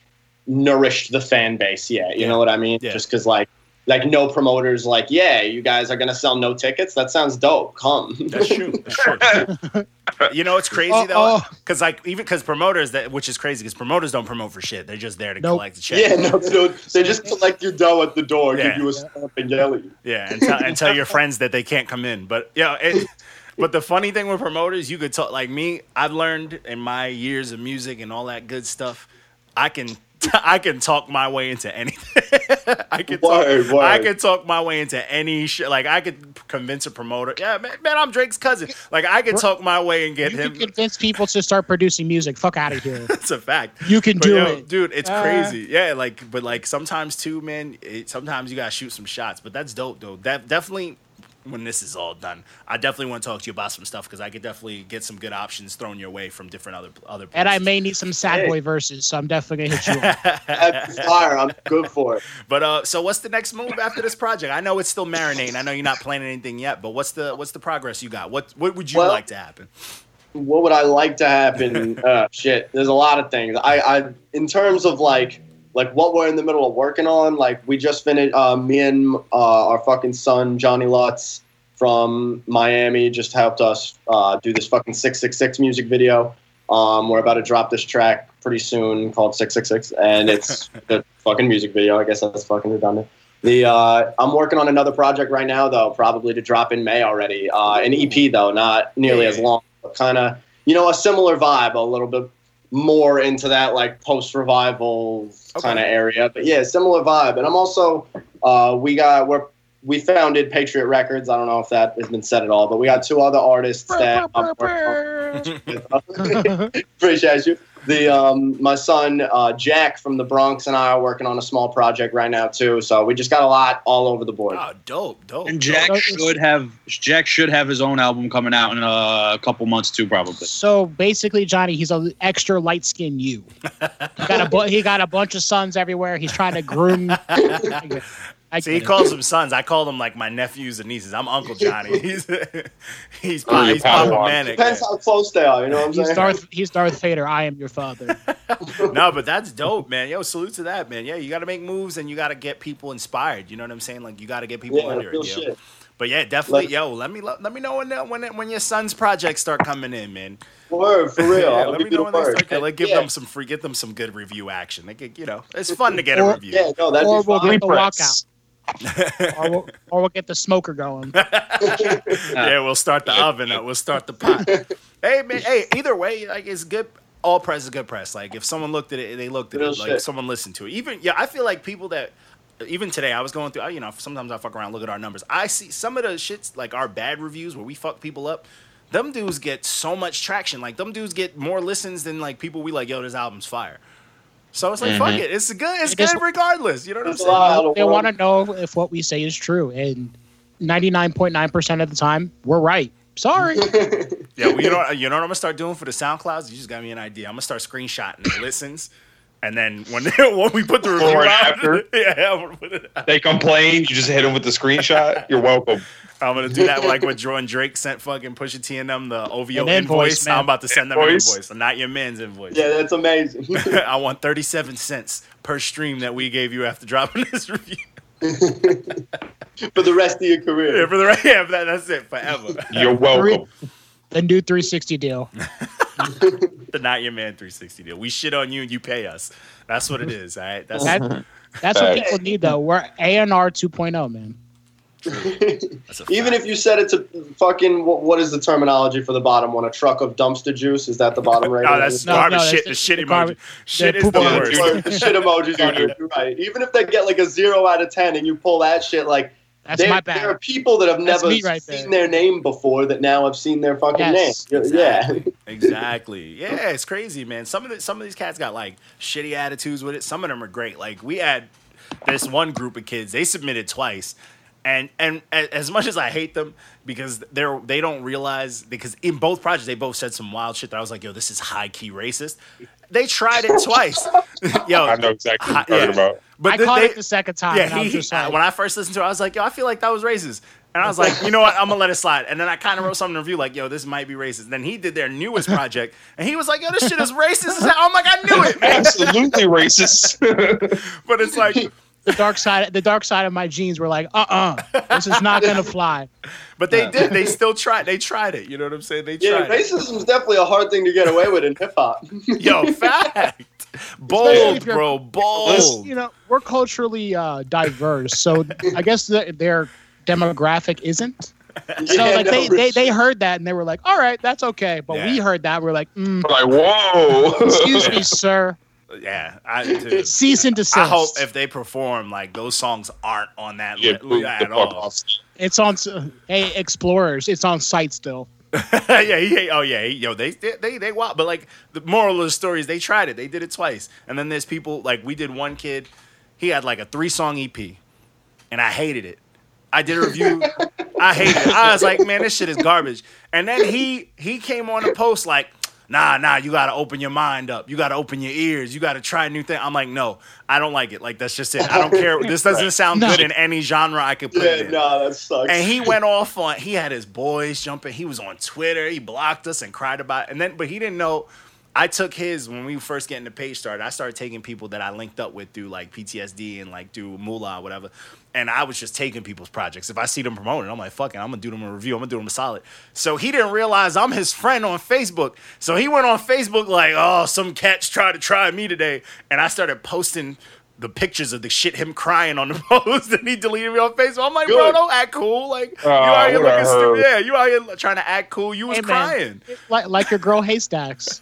S6: nourished the fan base yet. You
S5: Yeah.
S6: know what I mean?
S5: Yeah.
S6: Just cause like, like no promoters like, yeah, you guys are going to sell no tickets. That sounds dope. Come.
S5: That's true. That's true. you know, it's crazy
S7: Uh,
S4: Oh,
S5: though,
S4: oh.
S5: because like even because promoters that which is crazy because promoters don't promote for shit. They're just there to
S4: Nope.
S5: collect the check.
S6: yeah, no, so they just collect your dough at the door,
S5: Yeah.
S6: give you a stamp and yell at you.
S5: Yeah, and tell, and tell your friends that they can't come in. But yeah, it, but the funny thing with promoters, you could talk like me. I've learned in my years of music and all that good stuff. I can I can talk my way into anything. I can talk,
S6: Word, word.
S5: I can talk my way into any shit. Like I could convince a promoter. Yeah, man, man I'm Drake's cousin. Like I could talk my way and get
S4: you
S5: him.
S4: can convince people to start producing music. Fuck out of here.
S5: That's a fact.
S4: You can
S5: But
S4: do
S5: yo,
S4: it.
S5: dude. It's
S4: Uh.
S5: crazy. Yeah, like, but like sometimes too, man. It, sometimes you gotta shoot some shots, but that's dope though. That definitely. When this is all done, I definitely want to talk to you about some stuff because I could definitely get some good options thrown your way from different other other.
S4: And I
S5: places.
S4: may need some sad
S6: Hey.
S4: boy verses, so I'm definitely gonna hit you up.
S6: That'd be fire. I'm good for it.
S5: But uh, so what's the next move after this project? I know it's still marinating. I know you're not planning anything yet, but what's the what's the progress you got? What what would you
S6: Well-
S5: like to happen?
S6: what would I like to happen? uh, shit, there's a lot of things. I, I, in terms of like, like what we're in the middle of working on. Like we just finished. Uh, me and uh, our fucking son Johnny Lutz from Miami just helped us uh, do this fucking six six six music video. Um, we're about to drop this track pretty soon called six six six, and it's a fucking music video. I guess that's fucking redundant. The uh, I'm working on another project right now though, probably to drop in May already. Uh, an EP though, not nearly as long, but kind of you know a similar vibe, a little bit more into that like post revival kind of area. But yeah, similar vibe. And I'm also uh, we got we're we founded Patriot Records. I don't know if that has been said at all, but we got two other artists that I'm working on. appreciate you. The um, my son uh, Jack from the Bronx and I are working on a small project right now too. So we just got a lot all over the board.
S5: Oh, dope, dope.
S8: And Jack
S4: no, it's-
S8: should have Jack should have his own album coming out in a couple months too, probably.
S4: So basically, Johnny, he's an extra light skinned you. He got a bu- he got a bunch of sons everywhere. He's trying to groom. I get- I
S5: See, he
S4: get it.
S5: calls them sons. I call them like my nephews and nieces. I'm Uncle Johnny. He's he's
S7: Oh,
S5: Papa,
S7: your
S5: he's Papa
S7: Padawan.
S5: Manic.
S6: Depends how close they are. You know what I'm
S4: He's
S6: saying?
S4: Darth. He's Darth Vader. I am your father.
S5: no, but that's dope, man. Yo, salute to that, man. Yeah, you got to make moves and you got to get people inspired. You know what I'm saying? Like you got to get people
S6: yeah,
S5: under
S6: real
S5: it. Yo.
S6: shit.
S5: But yeah, definitely,
S6: Like-
S5: yo. Let me let, let me know when that, when it, when your son's projects start coming in, man.
S6: Word for real.
S5: yeah,
S6: I'll
S5: let
S6: give
S5: me know
S6: you the
S5: when they
S6: word.
S5: start. coming. Like, give
S6: Yeah,
S5: them some free, get them some good review action. They get, you know, it's fun to get a
S4: Or-
S5: review.
S6: Yeah, no, that'd
S4: or
S6: be
S4: we'll
S6: fine.
S4: get the walkout.
S7: Press.
S4: Or we'll, or we'll get the smoker going.
S5: yeah, we'll start the oven up. We'll start the pot. hey man, hey, either way, like it's good. All press is good press. Like if someone looked at it, they looked at
S6: Real
S5: it. Like
S6: shit.
S5: someone listened to it. Even yeah, I feel like people that even today I was going through. I- You know, sometimes I fuck around, look at our numbers. I see some of the shits like our bad reviews where we fuck people up. Them dudes get so much traction. Like them dudes get more listens than like people we like. Yo, this album's fire. So it's like fuck
S6: Mm-hmm.
S5: it. It's good. It's
S4: It is-
S5: good regardless. You know what I'm
S6: There's a
S5: saying?
S6: lot of
S4: they
S6: work.
S4: want to know if what we say is true, and ninety nine point nine percent of the time, we're right. Sorry.
S5: Yeah, well, you know, uh, you know what I'm gonna start doing for the SoundClouds? You just got me an idea. I'm gonna start screenshotting the listens, and then when when we put the review
S7: Before and
S5: out,
S7: after?
S5: yeah, I'm gonna put it. Out.
S7: They complain. You just hit them with the screenshot. You're welcome.
S5: I'm gonna do that like what Jordan Drake sent fucking Pusha T and them the OVO invoice.
S4: An invoice, man.
S5: I'm about to send them
S7: Invoice.
S5: an invoice, not your man's invoice.
S6: Yeah, that's amazing.
S5: I want 37 cents per stream that we gave you after dropping this review.
S6: for the rest of your
S5: Yeah,
S6: career.
S5: for the right, yeah, that, that's it forever.
S7: You're welcome.
S4: the new three sixty deal.
S5: the not your man 360 deal. We shit on you and you pay us. That's what it is. All right. That's
S4: That, that's what
S7: Facts.
S4: people need, though. We're A and R two oh, man.
S5: True. That's a
S6: Even
S5: fact.
S6: if you said it's a fucking wh- what is the terminology for the bottom one? A truck of dumpster juice? Is that the bottom
S5: Oh,
S6: right?
S9: No, that's
S4: No,
S9: garbage
S4: no, that's
S9: shit.
S4: the-
S9: the shit
S4: the
S9: emoji.
S4: garbage-
S9: shit
S4: the
S9: is the
S4: poop
S6: Yeah,
S4: emoji.
S9: worst.
S6: or the shit emojis on it. You're right. Even if they get like a zero out of ten, and you pull that shit, like
S4: That's
S6: there,
S4: my
S6: there are
S4: bad.
S6: people that have
S4: That's
S6: never
S4: me right
S6: seen their name before that now have seen their fucking
S4: Yes.
S6: name. Yeah,
S5: Exactly. exactly. Yeah, it's crazy, man. Some of the, some of these cats got like shitty attitudes with it. Some of them are great. Like we had this one group of kids. They submitted twice. And, and a- as much as I hate them because they're they don't realize because in both projects they both said some wild shit that I was like yo this is high key racist. They tried it twice, yo.
S7: I know exactly what
S5: Yeah.
S7: you're talking about.
S5: But
S4: I
S5: th-
S4: caught
S5: they-
S4: it the second time. and
S5: yeah,
S4: I
S5: he,
S4: was just
S5: I-
S4: like,
S5: when I first listened to it, I was like, yo, I feel like that was racist. And I was like, you know what? I'm gonna let it slide. And then I kind of wrote something in review like, yo, this might be racist. Then he did their newest project, and he was like, yo, this shit is racist. as hell. I'm like, I knew it, man.
S7: Absolutely racist.
S5: But it's like,
S4: the dark side, the dark side of my jeans were like, uh, uh this is not gonna fly.
S5: but they did. They still tried. They tried it. You know what I'm saying? They
S6: yeah.
S5: tried. it.
S6: Racism is definitely a hard thing to get away with in hip hop.
S5: Yo, fact.
S4: Especially
S5: Bold,
S4: if you're-
S5: bro.
S4: Well,
S5: Bold.
S4: you know, we're culturally uh, diverse, so I guess the, their demographic isn't. So like they, they they heard that and they were like, all right, that's okay. But we
S5: Yeah.
S4: heard that we're like, mm,
S7: like whoa.
S4: excuse me, sir,
S5: Yeah, I dude,
S4: cease and desist.
S5: I hope if they perform, like those songs aren't on that
S7: Yeah,
S5: li-
S7: boot the
S5: at
S7: fuck
S5: all.
S7: off.
S4: it's on. s- Hey, explorers, it's on site still.
S5: yeah, he, hate- oh yeah, he- yo, they they they, they wow. But like the moral of the story is they tried it, they did it twice, and then there's people like we did one kid, he had like a three song EP, and I hated it. I did a review, I hated it. I was like, man, this shit is garbage. And then he he came on the post like. Nah, nah, you gotta open your mind up. You gotta open your ears. You gotta try new thing. I'm like, no, I don't like it. Like that's just it. I don't care. This doesn't sound
S4: No.
S5: good in any genre I could put it
S6: yeah,
S5: in.
S6: nah, that sucks.
S5: And he went off on. He had his boys jumping. He was on Twitter. He blocked us and cried about. It. And then, but he didn't know. I took his when we first getting the page started. I started taking people that I linked up with through like PTSD and like through Moolah or whatever. And I was just taking people's projects. If I see them promoted, I'm like, fucking, I'm gonna do them a review. I'm gonna do them a solid. So he didn't realize I'm his friend on Facebook. So he went on Facebook like, oh, some cats tried to try me today. And I started posting the pictures of the shit him crying on the post and he deleted me on Facebook. I'm like, bro,
S6: Good.
S5: don't act cool. Like
S7: Oh,
S5: you out here
S7: what a
S5: looking stupid.
S7: hoe.
S5: Yeah, you out here trying to act cool. You was
S4: Hey, man.
S5: crying.
S4: Like like your girl Haystacks.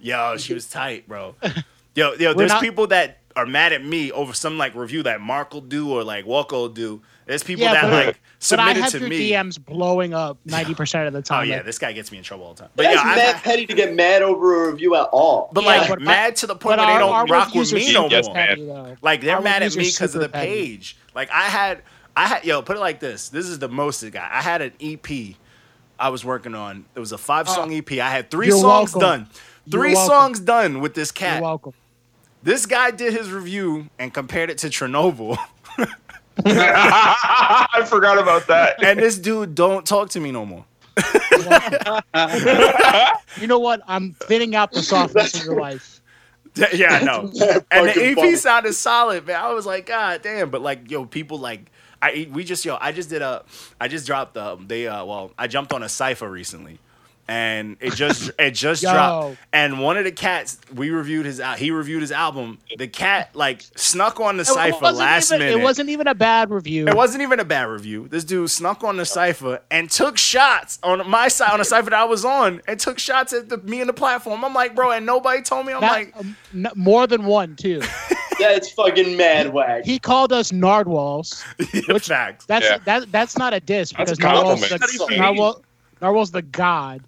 S5: Yo, she was tight, bro. Yo, yo,
S4: We're
S5: there's
S4: not-
S5: people that are mad at me over some like review that Mark will do or like Walker will do. There's people
S4: Yeah,
S5: that
S4: but-
S5: like
S4: But I
S5: submitted
S4: have
S5: to
S4: your
S5: me.
S4: DMs blowing up ninety percent of the
S5: oh
S4: time.
S5: yeah,
S4: like,
S5: this guy gets me in trouble all the time. But
S6: That's
S5: yeah, I'm
S6: mad
S5: not-
S6: petty to get mad over a review at all.
S5: but
S4: Yeah,
S5: like
S4: but my-
S5: mad to the point where
S4: but
S5: they
S4: our-
S5: don't
S4: our
S5: rock with
S4: reviews are
S5: me
S4: super
S5: no
S7: Yes,
S5: more.
S7: man.
S4: petty, though.
S5: Like they're
S4: Our
S5: mad at
S4: reviews are
S5: me because of
S4: super
S5: the
S4: petty.
S5: page. Like I had, I had, yo, put it like this. This is the most it got. I had an EP I was working on. It was a five song EP. I had 3
S4: Oh. You're
S5: songs
S4: welcome.
S5: done.
S4: You're
S5: Three
S4: welcome.
S5: songs done with this cat.
S4: You're welcome.
S5: This guy did his review and compared it to Chernobyl.
S7: I forgot about that.
S5: and this dude don't talk to me no more.
S4: You know what? I'm fitting out the softness of your life.
S5: Yeah, I know.
S6: Mad
S5: and the
S6: fucking
S5: EP
S6: funny.
S5: sounded solid, man. I was like, God damn. But like, yo, people like, I we just yo, I just did a, I just dropped um, they uh, well, I jumped on a cipher recently, and it just it just
S4: Yo.
S5: dropped. And one of the cats we reviewed his al- he reviewed his album. The cat like snuck on the
S4: It- it
S5: cipher
S4: wasn't
S5: last
S4: even-
S5: minute.
S4: It wasn't even a bad review.
S5: It wasn't even a bad review. This dude snuck on the cipher and took shots on my side on the cipher that I was on and took shots at the, me and the platform. I'm like, bro, and nobody told me. I'm
S4: That-
S5: like,
S4: um, n- more than one too.
S6: That's fucking mad wag.
S4: He called us nardwals.
S5: which facts.
S4: That's
S7: Yeah.
S4: that. That's not a diss
S7: That's a
S4: because narwhal's the,
S7: compliment.
S9: That's
S4: narwhal, narwhal's the god.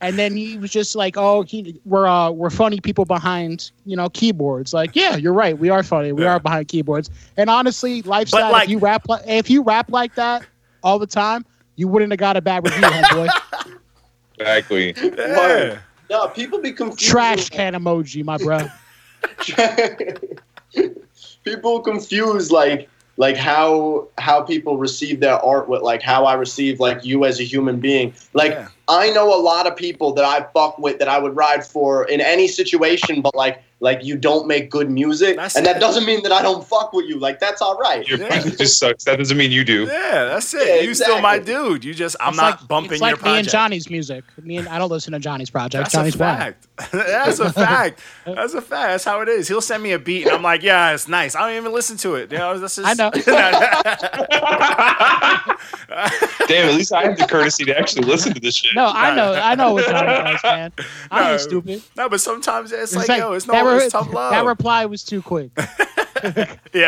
S4: And then he was just like, "Oh, he, we're uh, we're funny people behind you know keyboards." Like, yeah, you're right. We are funny. We
S5: Yeah.
S4: are behind keyboards. And honestly, lifestyle.
S5: like-
S4: if you rap like if you rap like that all the time, you wouldn't have got a bad review, homeboy.
S7: Exactly.
S5: Yeah.
S6: No, people be confused.
S4: Trash can emoji, my bro.
S6: people confuse like like how how people receive their art with like how I receive like you as a human being. Like
S5: Yeah.
S6: I know a lot of people that I fuck with that I would ride for in any situation, but like Like you don't make good music,
S5: That's
S6: and
S5: it.
S6: that doesn't mean that I don't fuck with you. Like that's all right.
S7: Your
S5: Yeah.
S7: music just sucks. That doesn't mean you do.
S5: Yeah, that's it.
S6: Yeah,
S5: you still my
S6: exactly.
S5: dude. You just I'm
S4: It's
S5: not
S4: like,
S5: bumping
S4: it's like
S5: your
S4: me
S5: project.
S4: and Johnny's music. Me and I don't listen to Johnny's project.
S5: That's
S4: Johnny's
S5: a
S4: whack.
S5: fact. That's a fact. That's a fact. That's how it is. He'll send me a beat, and I'm like, "Yeah, it's nice." I don't even listen to it. You know, that's just,
S4: I know.
S7: Damn, at least I have the courtesy to actually listen to this shit.
S4: No, I know, I know what Johnny does, man. I
S5: No.
S4: ain't stupid.
S5: no, but sometimes it's,
S4: It's
S5: like,
S4: like,
S5: "Yo, it's
S4: that
S5: no, it's
S4: re-
S5: tough love."
S4: That reply was too quick.
S5: yeah,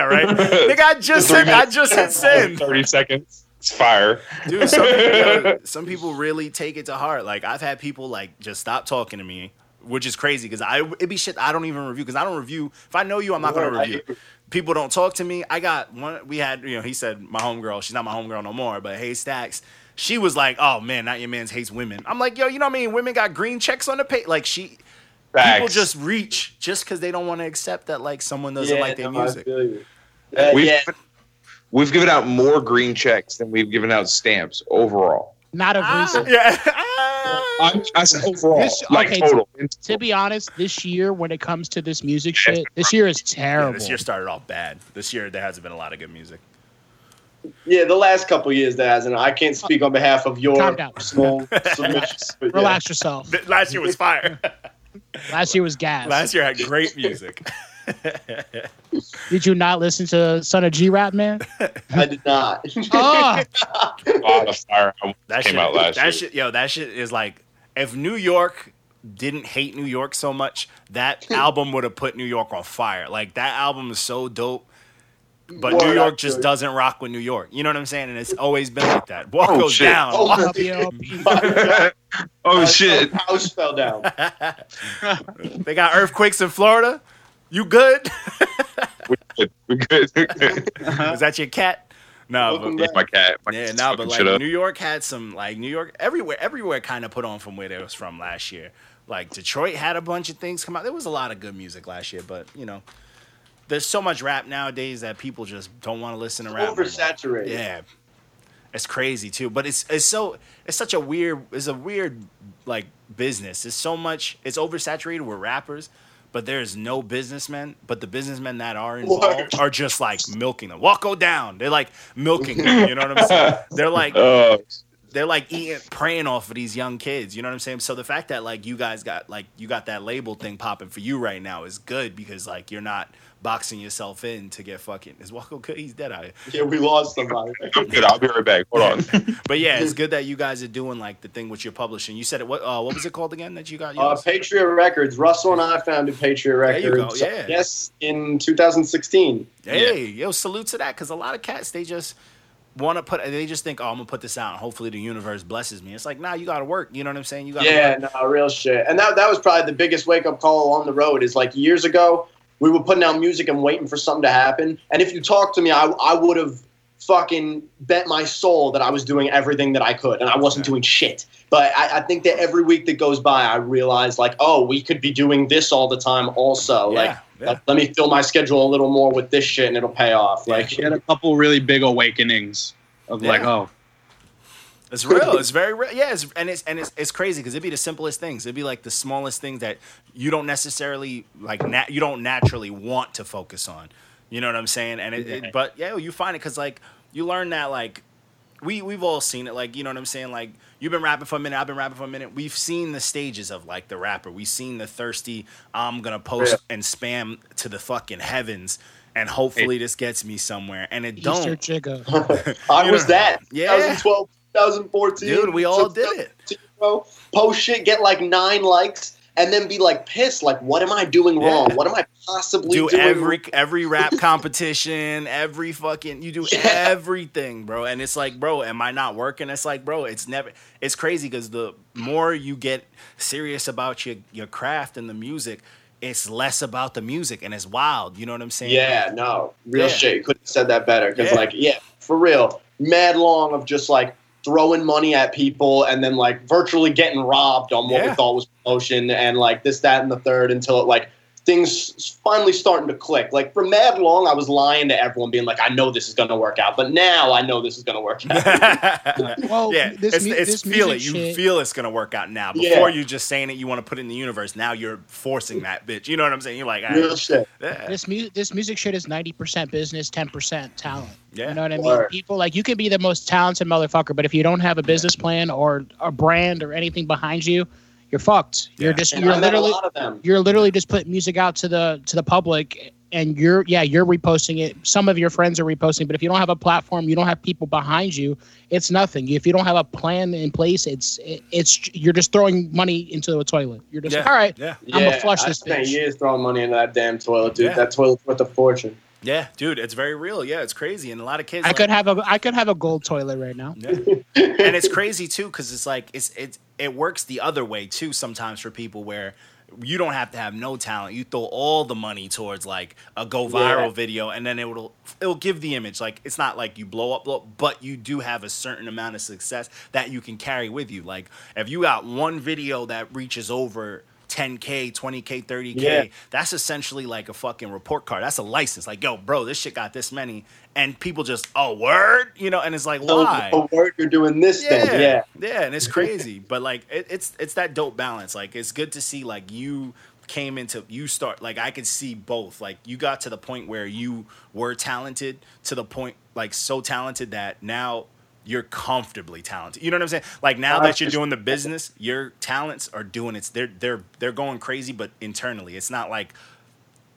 S5: right. Nigga, I just
S7: Three
S5: hit. I
S7: minutes.
S5: just hit send.
S7: Thirty seconds. It's fire.
S5: dude. Some people, yo, some people really take it to heart. Like I've had people like just stop talking to me, which is crazy because I it be shit I don't even review because I don't review. If I know you, I'm not gonna
S6: Word, I
S5: review. People don't talk to me. I got one. We had you know he said my homegirl. She's not my homegirl no more, but hey Stacks. She was like, "Oh man, not your man's hates women." I'm like, "Yo, you know what I mean? Women got green checks on the page. Like she, people
S7: Facts.
S5: just reach just because they don't want to accept that like someone doesn't like their
S6: no, I
S5: music."
S6: feel you. Uh,
S7: we've,
S6: yeah,
S7: we've given out more green checks than we've given out stamps overall.
S4: Not of
S5: Ah,
S4: recent.
S5: yeah.
S7: I'm, I said overall,
S4: This-
S7: like
S4: okay,
S7: total.
S4: To be honest, this year when it comes to this music shit, this year is
S5: Yeah,
S4: terrible.
S5: this year started off bad. This year there hasn't been a lot of good music.
S6: yeah. The last couple years, that hasn't. I can't speak on behalf of your
S4: Calm down.
S6: personal submissions. but yeah.
S4: Relax yourself.
S5: Th- Last year was fire.
S4: Last year was gas.
S5: Last year had great music.
S4: Did you not listen to Son of G Rap, man?
S6: I did not.
S4: Oh,
S7: Lot of fire album
S5: That
S7: came
S5: shit,
S7: out last
S5: that
S7: year.
S5: shit, yo, that shit is like if New York didn't hate New York so much, that album would have put New York on fire. Like that album is so dope. But
S6: Word,
S5: New York
S6: I
S5: just
S6: feel you.
S5: doesn't rock with New York. You know what I'm saying? And it's always been like that. Walk goes
S7: shit.
S5: down.
S6: Oh,
S5: Walk-
S4: WLP.
S6: My
S7: oh shit!
S6: House fell down.
S5: they got earthquakes in Florida. You good?
S7: We good. Yeah,
S5: is that your cat? No, but,
S6: Uh-huh. Welcome back.
S7: my cat. My
S5: Yeah,
S7: cat's
S5: no,
S7: fucking
S5: but
S7: shit
S5: like
S7: up.
S5: New York had some like New York everywhere everywhere kind of put on from where they was from last year. Like Detroit had a bunch of things come out. There was a lot of good music last year, but you know, there's so much rap nowadays that people just don't want to listen to rap. no more.
S6: Oversaturated.
S5: Yeah. It's crazy too, but it's it's so it's such a weird it's a weird like business. It's so much it's oversaturated with rappers, but there's no businessmen. But the businessmen that are involved are just like milking them. Walko down. They're like milking them. You know what I'm saying? They're like
S7: Uh,
S5: they're like eating preying off of these young kids. You know what I'm saying? So the fact that like you guys got like you got that label thing popping for you right now is good because like you're not boxing yourself in to get fucking is Walko good? He's dead out here.
S6: Yeah, we lost somebody.
S7: I'm good. I'll be right back. Hold on.
S5: But yeah,
S6: Mm-hmm.
S5: it's good that you guys are doing like the thing with your publishing. You said it. What uh, what was it called again that you got?
S6: Uh,
S5: yours?
S6: Patriot Records. Russell and I founded Patriot
S5: There you go,
S6: Records.
S5: yeah.
S6: Yes, in 2016.
S5: hey, yo, salute to that because a lot of cats they just want to put. They just think, oh, I'm gonna put this out. and Hopefully, the universe blesses me. It's like, nah, you got to work. You know what I'm saying? You got
S6: Yeah, no, real shit. And that that was probably the biggest wake up call on the road. Is like years ago, we were putting out music and waiting for something to happen. And if you talked to me, I I would have fucking bet my soul that I was doing everything that I could, and I wasn't doing shit. But I, I think that every week that goes by, I realize like, oh, we could be doing this all the time. Also,
S5: Yeah,
S6: like,
S5: yeah.
S6: let- let me fill my schedule a little more with this shit, and it'll pay off. Like,
S8: She had a couple really big awakenings of like,
S5: Yeah.
S8: oh,
S5: It's real. It's very real. Yeah, it's, and it's and it's, it's crazy because it'd be the simplest things. It'd be like the smallest things that you don't necessarily like. Nat- you don't naturally want to focus on. You know what I'm saying? And it, it, but yeah, you find it because like you learn that like we we've all seen it. Like you know what I'm saying? Like you've been rapping for a minute. I've been rapping for a minute. We've seen the stages of like the rapper. We've seen the thirsty. I'm gonna post and spam to the fucking heavens. And hopefully this gets me somewhere, and it
S4: Easter
S5: don't.
S4: Jigga.
S6: I
S5: You
S6: was
S5: know-
S6: that.
S5: Yeah.
S6: 2012, 2014.
S5: Dude, we all did it.
S6: 2015, Bro, post shit, get like nine likes, and then be like pissed. Like, what am I doing
S5: Yeah.
S6: wrong? What am I possibly
S5: do
S6: doing?
S5: every
S6: wrong?
S5: every rap competition, every fucking you do
S6: Yeah.
S5: everything, bro. And it's like, bro, am I not working? It's like, bro, it's never. It's crazy because the more you get serious about your your craft and the music, it's less about the music, and it's wild. You know what I'm saying?
S6: Yeah, no, real
S5: Yeah.
S6: shit. You couldn't have said that better. Because
S5: Yeah.
S6: like, yeah, for real, mad long of just like throwing money at people and then like virtually getting robbed on what
S5: Yeah.
S6: we thought was promotion and like this, that, and the third until it like things finally starting to click. Like for mad long, I was lying to everyone, being like, I know this is going to work out, but now I know this is going to work out.
S4: Well,
S5: yeah,
S4: this
S5: it's,
S4: mu-
S5: it's
S4: this
S5: feel it. You
S4: music shit-
S5: feel it's gonna work out now.
S6: Yeah.
S5: Before you just saying it, you want to put it in the universe. Now you're forcing that bitch. You know what I'm saying? You're like,
S6: Real
S5: "Ah,
S6: shit.
S5: yeah,
S4: This music, this music shit is ninety percent business, ten percent talent.
S5: yeah.
S4: You know what I mean?
S6: Word.
S4: People like you can be the most talented motherfucker, but if you don't have a business plan or a brand or anything behind you, you're fucked. You're
S5: Yeah.
S4: just
S6: And
S4: you're
S6: I met a
S4: literally
S6: lot of them.
S4: you're literally just putting music out to the to the public and you're yeah you're reposting it some of your friends are reposting but if you don't have a platform you don't have people behind you it's nothing if you don't have a plan in place it's it, it's you're just throwing money into a toilet you're just
S5: Yeah.
S4: like, all right
S5: Yeah,
S4: I'ma flush
S6: I
S4: this
S6: spent
S4: bitch.
S6: years throwing money into that damn toilet, dude.
S5: Yeah.
S6: That toilet's worth a fortune.
S5: yeah, dude, it's very real. Yeah, it's crazy, and a lot of kids.
S4: i
S5: like-
S4: could have a i could have a gold toilet right now
S5: Yeah. and it's crazy too because it's like it's it it works the other way too sometimes for people where you don't have to have no talent you throw all the money towards like a go viral
S6: Yeah.
S5: video and then it will it'll give the image like it's not like you blow up blow, up, but you do have a certain amount of success that you can carry with you like if you got one video that reaches over 10k 20k 30k
S6: Yeah.
S5: that's essentially like a fucking report card that's a license like yo bro this shit got this many and people just oh word you know and it's like
S6: So
S5: why
S6: for work, you're doing this thing. Yeah.
S5: yeah, and it's crazy, but like it, it's it's that dope balance. Like it's good to see like you came into you start like I could see both. Like you got to the point where you were talented to the point like so talented that now you're comfortably talented. You know what I'm saying? Like now that you're doing the business, your talents are doing it's they're they're they're going crazy, but internally, it's not like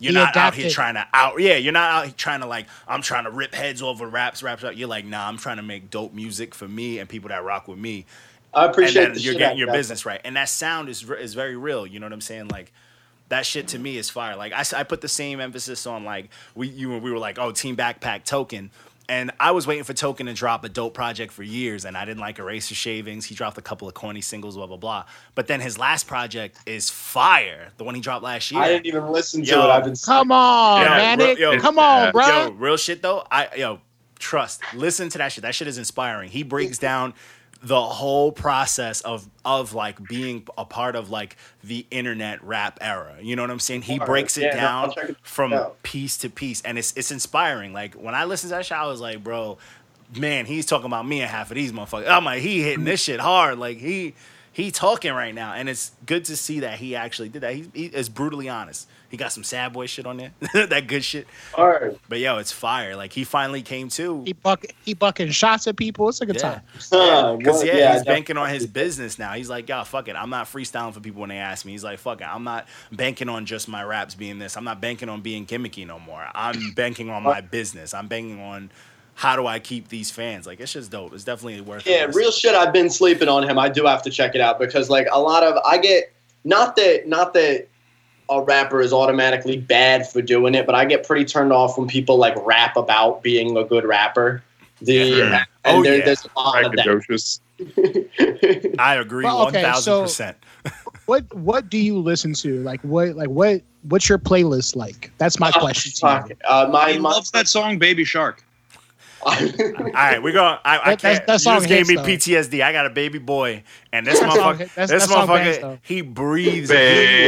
S5: you're
S4: He
S5: not out here
S4: adapted.
S5: trying to out. Yeah, you're not out here trying to like. I'm trying to rip heads over raps, raps up. You're like, nah, I'm trying to make dope music for me and people that rock with me.
S6: I appreciate
S5: and
S6: the
S5: then you're
S6: shit out
S5: getting your
S6: of that.
S5: business right, and that sound is ver- is very real. You know what I'm saying? Like that shit to me is fire. Like I, s- I put the same emphasis on like we you and we were like, oh, Team Backpack Token. And I was waiting for Token to drop a dope project for years, and I didn't like Eraser Shavings. He dropped a couple of corny singles, blah blah blah. But then his last project is fire, the one he dropped last year.
S6: I didn't even listen to
S5: Yo.
S6: it. I've been
S4: come on
S5: Yeah,
S4: man
S5: real- yo,
S4: come on
S7: yeah.
S4: bro
S5: Yo, real shit though. I yo trust. Listen to that shit. That shit is inspiring. He breaks down the whole process of of like being a part of like the internet rap era. You know what I'm saying? He
S6: Alright,
S5: breaks it
S6: yeah, no, I'll
S5: down
S6: check it
S5: from
S6: out.
S5: piece to piece, and it's it's inspiring. Like when I listen to that shit, I was like, bro, man, he's talking about me and half of these motherfuckers. I'm like, he hitting this shit hard. Like he. He talking right now, and it's good to see that he actually did that. He, he is brutally honest. He got some sad boy shit on there, that good shit.
S6: hard.
S5: But yo, it's fire. Like he finally came to.
S4: he buck he bucking shots at people it's a good
S5: Yeah.
S4: time
S6: Huh,
S5: Because
S6: what-
S5: yeah,
S6: yeah,
S5: he's
S6: I
S5: banking on his business now. He's like, yo, fuck it. I'm not freestyling for people when they ask me. He's like, fuck it. I'm not banking on just my raps being this. I'm not banking on being gimmicky no more. I'm banking on my business. I'm banking on how do I keep these fans. Like it's just dope. It's definitely worth it.
S6: Yeah, real shit. I've been sleeping on him. I do have to check it out because like a lot of I get not that not that a rapper is automatically bad for doing it, but I get pretty turned off when people like rap about being a good rapper. The
S7: Yeah.
S6: and
S5: Oh,
S6: there,
S5: yeah.
S6: there's a lot of that.
S7: Braggadocious.
S5: I agree
S4: Well,
S5: one
S4: okay,
S5: thousand percent.
S4: what what do you listen to like what like what what's your playlist like that's my question to you
S6: Fuck. Uh, my
S8: He
S6: my-
S8: loves that song, Baby Shark.
S5: All right, we're going. I, I
S4: That- that's-
S5: can't.
S4: that
S5: you
S4: song
S5: just gave
S4: hits,
S5: me
S4: though.
S5: PTSD. I got a baby boy, and this
S4: That song-
S5: motherfucker,
S4: that's-
S5: this
S4: that song bangs,
S5: motherfucker,
S4: though.
S5: he breathes. He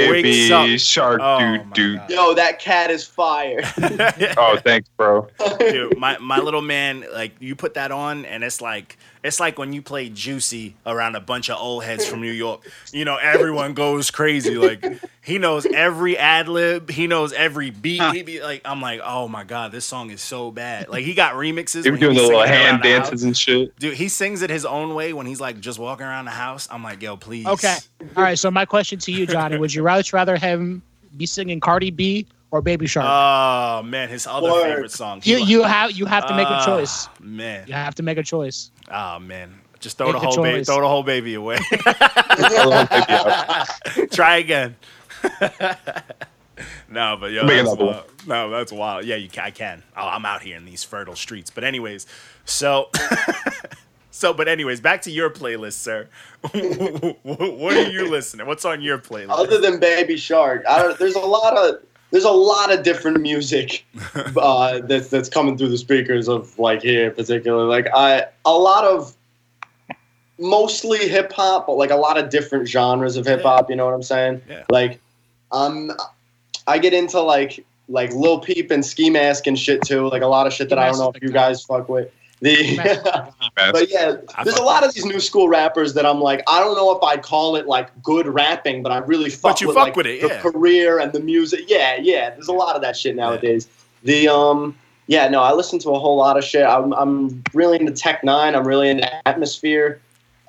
S5: wakes up.
S7: Baby shark,
S5: Oh, my
S7: dude, dude.
S5: God.
S6: yo, that cat is fire.
S7: Oh, thanks, bro.
S5: Dude, my, my little man, like you put that on, and it's like it's like when you play Juicy around a bunch of old heads from New York. You know, everyone goes crazy. Like he knows every ad lib, he knows every beat. He be like, I'm like, oh my god, this song is so bad. Like he got remixes.
S7: He
S5: when
S7: was doing
S5: be
S7: the
S5: singing
S7: little
S5: around
S7: hand
S5: the house.
S7: dances and shit.
S5: Dude, he sings it his own way when he's like just walking around the house. I'm like, yo, please.
S4: Okay. All right. So my question to you, Johnny, would you rather rather have him be singing Cardi B or Baby Shark?
S5: Oh man, his other
S6: Word.
S5: favorite song.
S4: you you have you have to make a
S5: Ah,
S4: choice.
S5: man.
S4: You have to make a choice.
S5: Oh man. Just throw
S4: Make
S5: the
S4: a
S5: whole baby
S4: choice.
S5: throw the whole baby away.
S7: Oh, baby, yeah.
S5: Try again. no, but yo,
S7: Make
S5: that's
S7: another one.
S5: wild. no, that's wild. Yeah, you can, I can. Oh, I'm out here in these fertile streets. But anyways, so so. But anyways, back to your playlist, sir. what are you listening? What's on your playlist?
S6: Other than Baby Shark, I don't, there's a lot of there's a lot of different music uh, that's that's coming through the speakers of like here in particular. Like I a lot of mostly hip hop, but like a lot of different genres of hip hop. You know what I'm saying?
S5: Yeah.
S6: Like I'm I get into like like Lil Peep and Ski Mask and shit too. Like a lot of shit that I don't know if you guys fuck with. The but yeah, there's a lot of these new school rappers that I'm like, I don't know if I'd call it like good rapping, but I really fuck,
S5: But you
S6: with,
S5: fuck
S6: like,
S5: with it,
S6: the
S5: yeah.
S6: career and the music. Yeah, yeah. There's a lot of that shit nowadays. The um, yeah, no, I listen to a whole lot of shit. I'm I'm really into Tech Nine. I'm really into Atmosphere.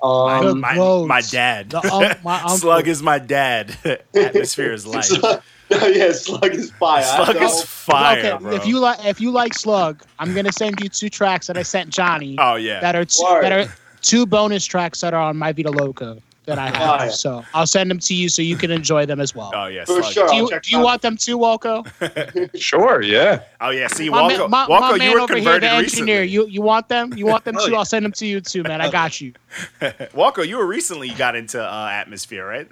S6: Um,
S5: my,
S4: loads.
S5: my dad.
S4: The un- my uncle.
S5: Slug is my dad. Atmosphere is life.
S6: Slug- yeah, Slug is fire.
S5: Slug
S6: I
S5: is
S6: know.
S5: fire,
S4: okay,
S5: bro.
S4: if you like, if you like Slug, I'm gonna send you two tracks that I sent Johnny
S5: oh yeah.
S4: that are two,
S6: Word.
S4: that are two bonus tracks that are on my Vita Loco that I have.
S6: Fire.
S4: So I'll send them to you so you can enjoy them as well.
S5: oh yeah.
S6: For
S5: Slug.
S6: sure.
S4: do
S6: I'll
S4: you,
S6: check
S4: do
S6: it
S4: you
S6: out.
S4: want them too, Walco?
S7: Sure, yeah.
S5: Oh yeah. See,
S4: My
S5: Walko,
S4: man- my- my
S5: Walko,
S4: man
S5: you were
S4: over here, the
S5: converted
S4: engineer.
S5: recently.
S4: You you want them? You want them
S8: Oh,
S4: too?
S8: yeah.
S4: I'll send them to you too, man. I got you.
S5: Walko, you were recently you got into uh, Atmosphere, right?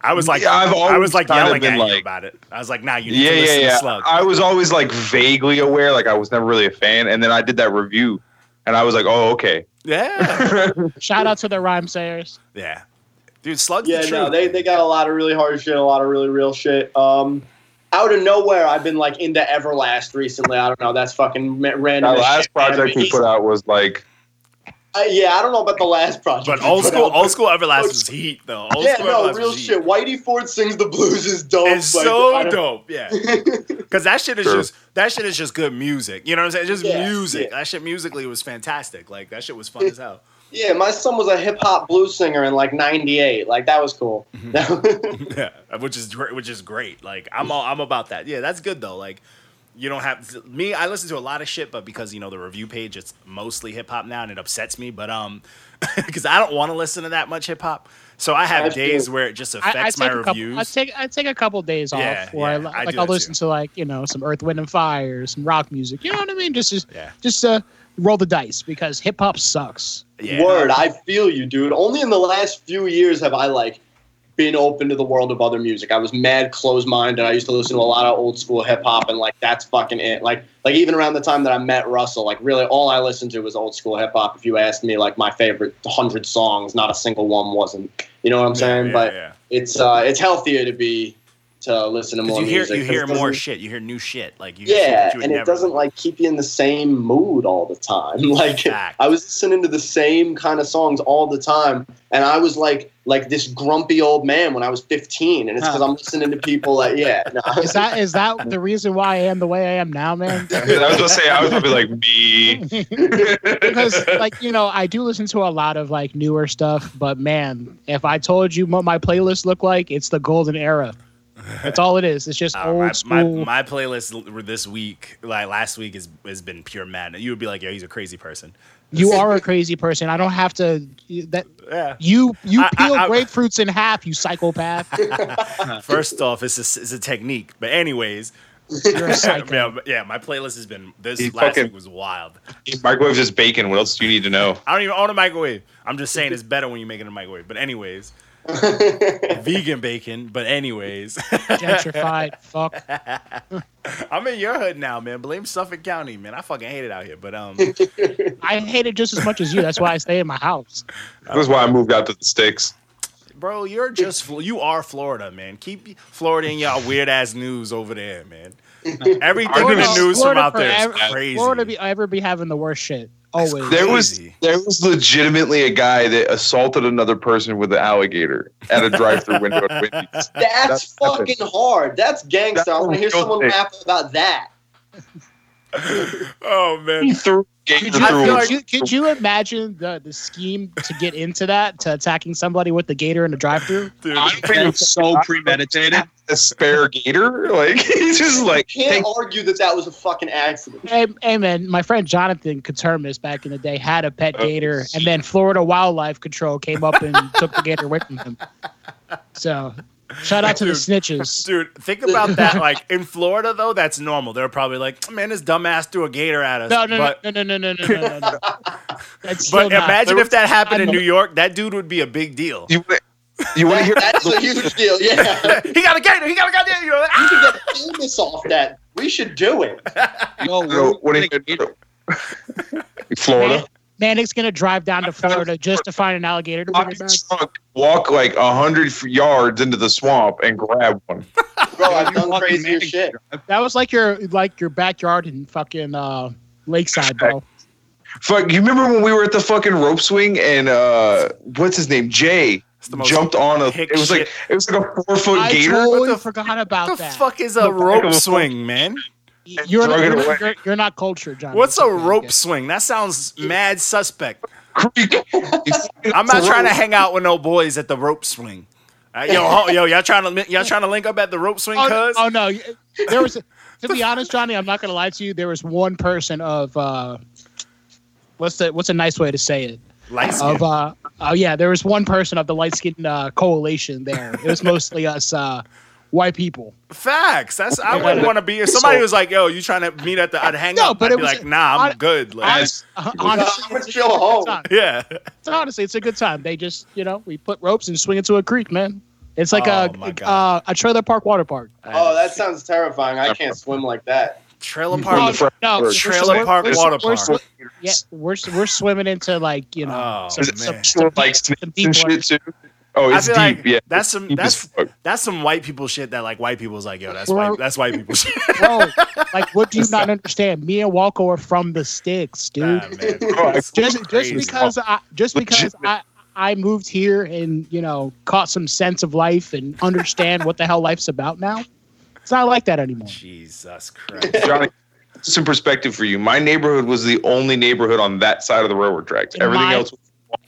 S5: I was like,
S7: Yeah, I've
S5: I was
S7: always
S5: like
S7: kinda
S5: yelling
S7: been
S5: at you
S7: like-
S5: about it. I was like, nah, you need
S7: Yeah,
S5: to
S7: yeah,
S5: listen to
S7: yeah.
S5: Slug.
S7: I was always like vaguely aware, like I was never really a fan. And then I did that review and I was like, oh, okay.
S5: yeah,
S4: Shout out to the rhyme sayers.
S5: yeah, dude, Slug's
S6: Yeah,
S5: the
S6: no,
S5: truth.
S6: they, they got a lot of really hard shit, a lot of really real shit. Um, out of nowhere, I've been like into Everlast recently. I don't know. That's fucking ma- random.
S7: That
S6: as
S7: last
S6: shit, man,
S7: project
S6: but
S7: he put out was like,
S6: Uh, yeah, I don't know about the last project.
S5: but
S6: he
S5: old
S6: put
S5: school,
S6: out,
S5: old school Everlast is heat though.
S6: but-
S5: Old
S6: Yeah,
S5: school
S6: no,
S5: Everlast
S6: real
S5: is heat.
S6: shit. Whitey Ford sings the blues is dope.
S5: It's
S6: like, I
S5: so
S6: don't-
S5: dope. Yeah. Cause that shit is
S7: Sure.
S5: just that shit is just good music. You know what I'm saying? Just
S6: Yeah,
S5: music.
S6: yeah.
S5: That shit musically was fantastic. Like that shit was fun as hell.
S6: Yeah, my son was a hip hop blues singer in like '98. Like that was cool.
S5: Mm-hmm. Yeah. Which is great which is great. Like I'm all I'm about that. Yeah, that's good though. Like you don't have me, I listen to a lot of shit, but because you know the review page it's mostly hip hop now and it upsets me. But um because I don't want to listen to that much hip hop. So I have
S6: Absolutely.
S5: days where it just
S4: I, I
S5: affects
S4: take
S5: my
S4: a couple. I
S5: reviews.
S4: take I take a couple days
S5: Yeah,
S4: off, or I,
S5: yeah,
S4: li-
S5: I
S4: like
S5: do
S4: I'll
S5: that
S4: listen to like you know some Earth, Wind and Fire, some rock music. You know what I mean? Just just
S5: Yeah.
S4: just uh, roll the dice because hip hop sucks.
S5: Yeah.
S6: Word, I feel you, dude. Only in the last few years have I like been open to the world of other music. I was mad closed minded. I used to listen to a lot of old school hip hop and like that's fucking it. Like like even around the time that I met Russell, like really all I listened to was old school hip hop. If you asked me like my favorite hundred songs, not a single one wasn't. You know what I'm saying?
S5: Yeah,
S6: but
S5: yeah.
S6: it's uh it's healthier to be to listen to
S5: 'Cause
S6: more
S5: you hear
S6: music.
S5: you
S6: 'cause it
S5: hear more
S6: doesn't-
S5: shit. You hear new shit. Like you hear shit
S6: yeah,
S5: that you would
S6: and it
S5: never-
S6: doesn't like keep you in the same mood all the time. Like
S5: Fact.
S6: I was listening to the same kind of songs all the time, and I was like like this grumpy old man when I was 15, and it's because I'm listening to people like yeah, no,
S4: Is that is that the reason why I am the way I am now, man?
S7: I was gonna say, I was gonna be like, me.
S4: because like you know i do listen to a lot of like newer stuff but man if i told you what my playlist looked like it's the golden era that's all it is it's just
S5: Uh,
S4: old
S5: my, my
S4: school
S5: my playlist l- this week, like last week, is has been pure madness. You would be like, "Yo, he's a crazy person."
S4: you are a crazy person i don't have to that
S5: Yeah.
S4: you you
S5: I- I-
S4: peel
S5: I-
S4: grapefruits in half you psychopath
S5: First off, it's a, it's a technique. But anyways,
S4: you're a psycho
S5: yeah, but yeah, my playlist has been this
S7: He
S5: last
S7: fucking-
S5: week was wild.
S7: Microwave's just bacon. What else do you need to know?
S5: I don't even own a microwave. I'm just saying it's better when you make it in a microwave. But anyways, vegan bacon. But anyways,
S4: gentrified fuck
S5: I'm in your hood now, man. Blame Suffolk County, man. I fucking hate it out here. But um,
S4: i hate it just as much as you that's why i stay in my house
S7: That's why I moved out to the sticks.
S5: bro, you're just Fl- you are Florida, man. Keep Florida in y'all weird ass news over there, man. Everything in
S7: Florida-
S5: the news from
S4: Florida
S5: out there is
S4: forever-
S5: crazy.
S4: florida be, ever be having the worst shit always
S7: There was
S5: Crazy.
S7: there was legitimately a guy that assaulted another person with an alligator at a drive-through window at Wendy's.
S6: that's,
S7: That's
S6: fucking hard. That's gangster.
S7: That's
S6: I want to hear
S7: real
S6: someone
S7: thing.
S6: rap about that.
S5: oh
S7: He
S5: man,
S7: threw gator
S4: Could you,
S7: through
S4: could,
S7: him.
S5: like-
S4: you, could you imagine the, the scheme to get into that to attacking somebody with the gator in the drive-through?
S5: dude.
S7: I think it
S8: That's
S7: was
S8: so premeditated.
S7: a spare gator. Like he's just like
S6: Can't
S7: hey,
S6: argue that that was a fucking accident.
S4: Hey, hey man, my friend Jonathan Katermis back in the day had a pet gator, and then Florida Wildlife Control came up and took the gator away from him. So, shout out to the
S5: Dude.
S4: snitches.
S5: Dude, think about that. Like in Florida, though, that's normal. They're probably like, "Man, this dumbass threw a gator at us."
S4: No, no,
S5: but,
S4: no, no, no, no, no, no, no, no. That's still
S5: But
S4: not-
S5: imagine
S4: there
S5: if that happened in
S4: I know.
S5: New York. That dude would be a big deal.
S7: you wanna- you want to hear
S6: That's a huge deal. Yeah,
S5: he got a gator. He got a goddamn. You know, like,
S6: you
S5: "Ah!"
S6: can get famous off that. We should do it.
S8: Yo,
S7: So, what
S8: what
S7: do
S8: are
S7: you
S8: you
S7: do? Florida.
S4: Manic's gonna drive down to Florida just to find an alligator to bring
S7: I
S4: it back.
S7: truck walk like a hundred yards into the swamp and grab one.
S6: Bro, I've done
S8: Fucking
S6: crazier
S8: Manic
S6: shit.
S8: Drive.
S4: That was like your like your backyard in fucking uh, Lakeside, bro.
S7: Fuck, you remember when we were at the fucking rope swing and uh, what's his name? Jay
S5: It's the most
S7: jumped on a.
S5: hick
S7: It was like
S5: shit.
S7: it was like a four foot
S4: I
S7: gator.
S4: totally
S5: What the-
S4: forgot about
S5: What the
S4: that.
S5: fuck is a
S7: of
S5: rope
S7: a-
S5: swing, man?
S4: You're,
S7: Drug it
S4: you're,
S7: away.
S4: you're, you're not cultured, John.
S5: What's a rope swing? That sounds mad suspect.
S7: Creek.
S5: I'm not trying to hang out with no boys at the rope swing. Uh, yo, ho- yo, y'all trying to y'all trying to link up at the rope swing,
S4: Oh,
S5: cuz?
S4: oh no, there was. To be honest, Johnny, I'm not gonna lie to you. There was one person of uh, what's the what's a nice way to say it?
S5: Light skin.
S4: Of uh, oh yeah, there was one person of the light skinned uh, coalition there. It was mostly us uh, white people.
S5: Facts. That's I wouldn't want to be if somebody was like, "Yo, you trying to meet at the I'd hang
S4: No,
S5: up."
S4: but
S5: I'd
S4: it
S5: be
S4: was-
S5: like, "Nah, I'm
S4: I-
S5: good." Like,
S4: Honest- honestly,
S6: I'm gonna
S4: it's a
S6: chill
S4: good
S6: home.
S4: time.
S5: yeah.
S4: It's- honestly, it's a good time. They just you know we put ropes and swing it to a creek, man. It's like a-
S5: Oh, my
S4: a uh,
S5: God.
S4: a trailer park water park.
S6: Oh, that sounds terrifying. I can't swim like that.
S5: Trailer
S4: Oh,
S5: park.
S7: Mm-hmm. the front
S4: no,
S7: door.
S4: we're-
S5: Trailer
S4: we're-
S5: park,
S4: we're-
S5: water
S4: we're
S5: park.
S4: swi- yeah, we're we're swimming into like you know
S5: Oh,
S4: some,
S5: man.
S4: some,
S7: Sort
S4: some,
S7: of like
S4: some
S7: snakes
S4: deep
S7: and
S4: water.
S7: shit too. Oh,
S5: I
S7: it's
S5: feel
S7: deep.
S5: like
S7: yeah,
S5: that's some
S7: Deep as
S5: that's
S7: fuck.
S5: that's some white people shit that like white people's like, "Yo, that's
S4: We're-
S5: white that's white people shit."
S4: Bro, like what do you not understand? Me and Walco are from the sticks, dude.
S5: Nah, man.
S7: Bro, I-
S5: That's
S4: just just
S5: crazy.
S4: because I just because I I moved here and you know caught some sense of life and understand what the hell life's about now. It's not like that anymore.
S5: Jesus Christ.
S7: Johnny, some perspective for you. My neighborhood was the only neighborhood on that side of the railroad tracks.
S4: In
S7: Everything
S4: my-
S7: else,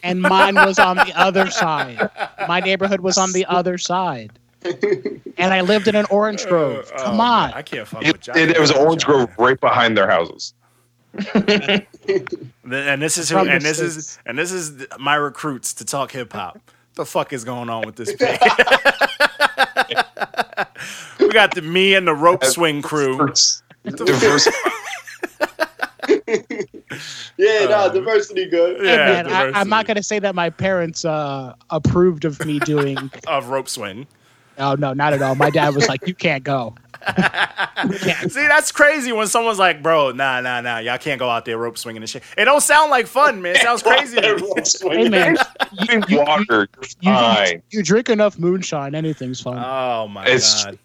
S4: And mine was on the other side. My neighborhood was on the other side. And I lived in an orange grove.
S5: Oh,
S4: Come
S5: man,
S4: on.
S5: I can't fuck with
S7: it,
S5: Johnny.
S7: it, there was an orange
S5: Johnny.
S7: grove right behind their houses.
S5: Th- And this is who,
S4: From the
S5: and this is
S4: States.
S5: and this is th- my recruits to talk hip hop. The fuck is going on with this pig? we got the me and the rope swing crew.
S7: Diverse- diverse-
S6: Yeah,
S5: Uh,
S6: no, diversity good.
S5: yeah.
S4: Hey, man, I, I'm
S5: diversity.
S4: not going to say that my parents uh, approved of me doing.
S5: of rope swing.
S4: Oh, no, not at all. My dad was like, you can't go.
S5: See, that's crazy when someone's like, "Bro, nah, nah, nah, y'all can't go out there rope swinging and shit." It don't sound like fun, man. It sounds crazy.
S4: Hey, man,
S7: Drink water.
S4: you,
S7: You're fine.
S4: you drink enough moonshine, anything's fun.
S5: Oh my
S7: It's-
S5: god.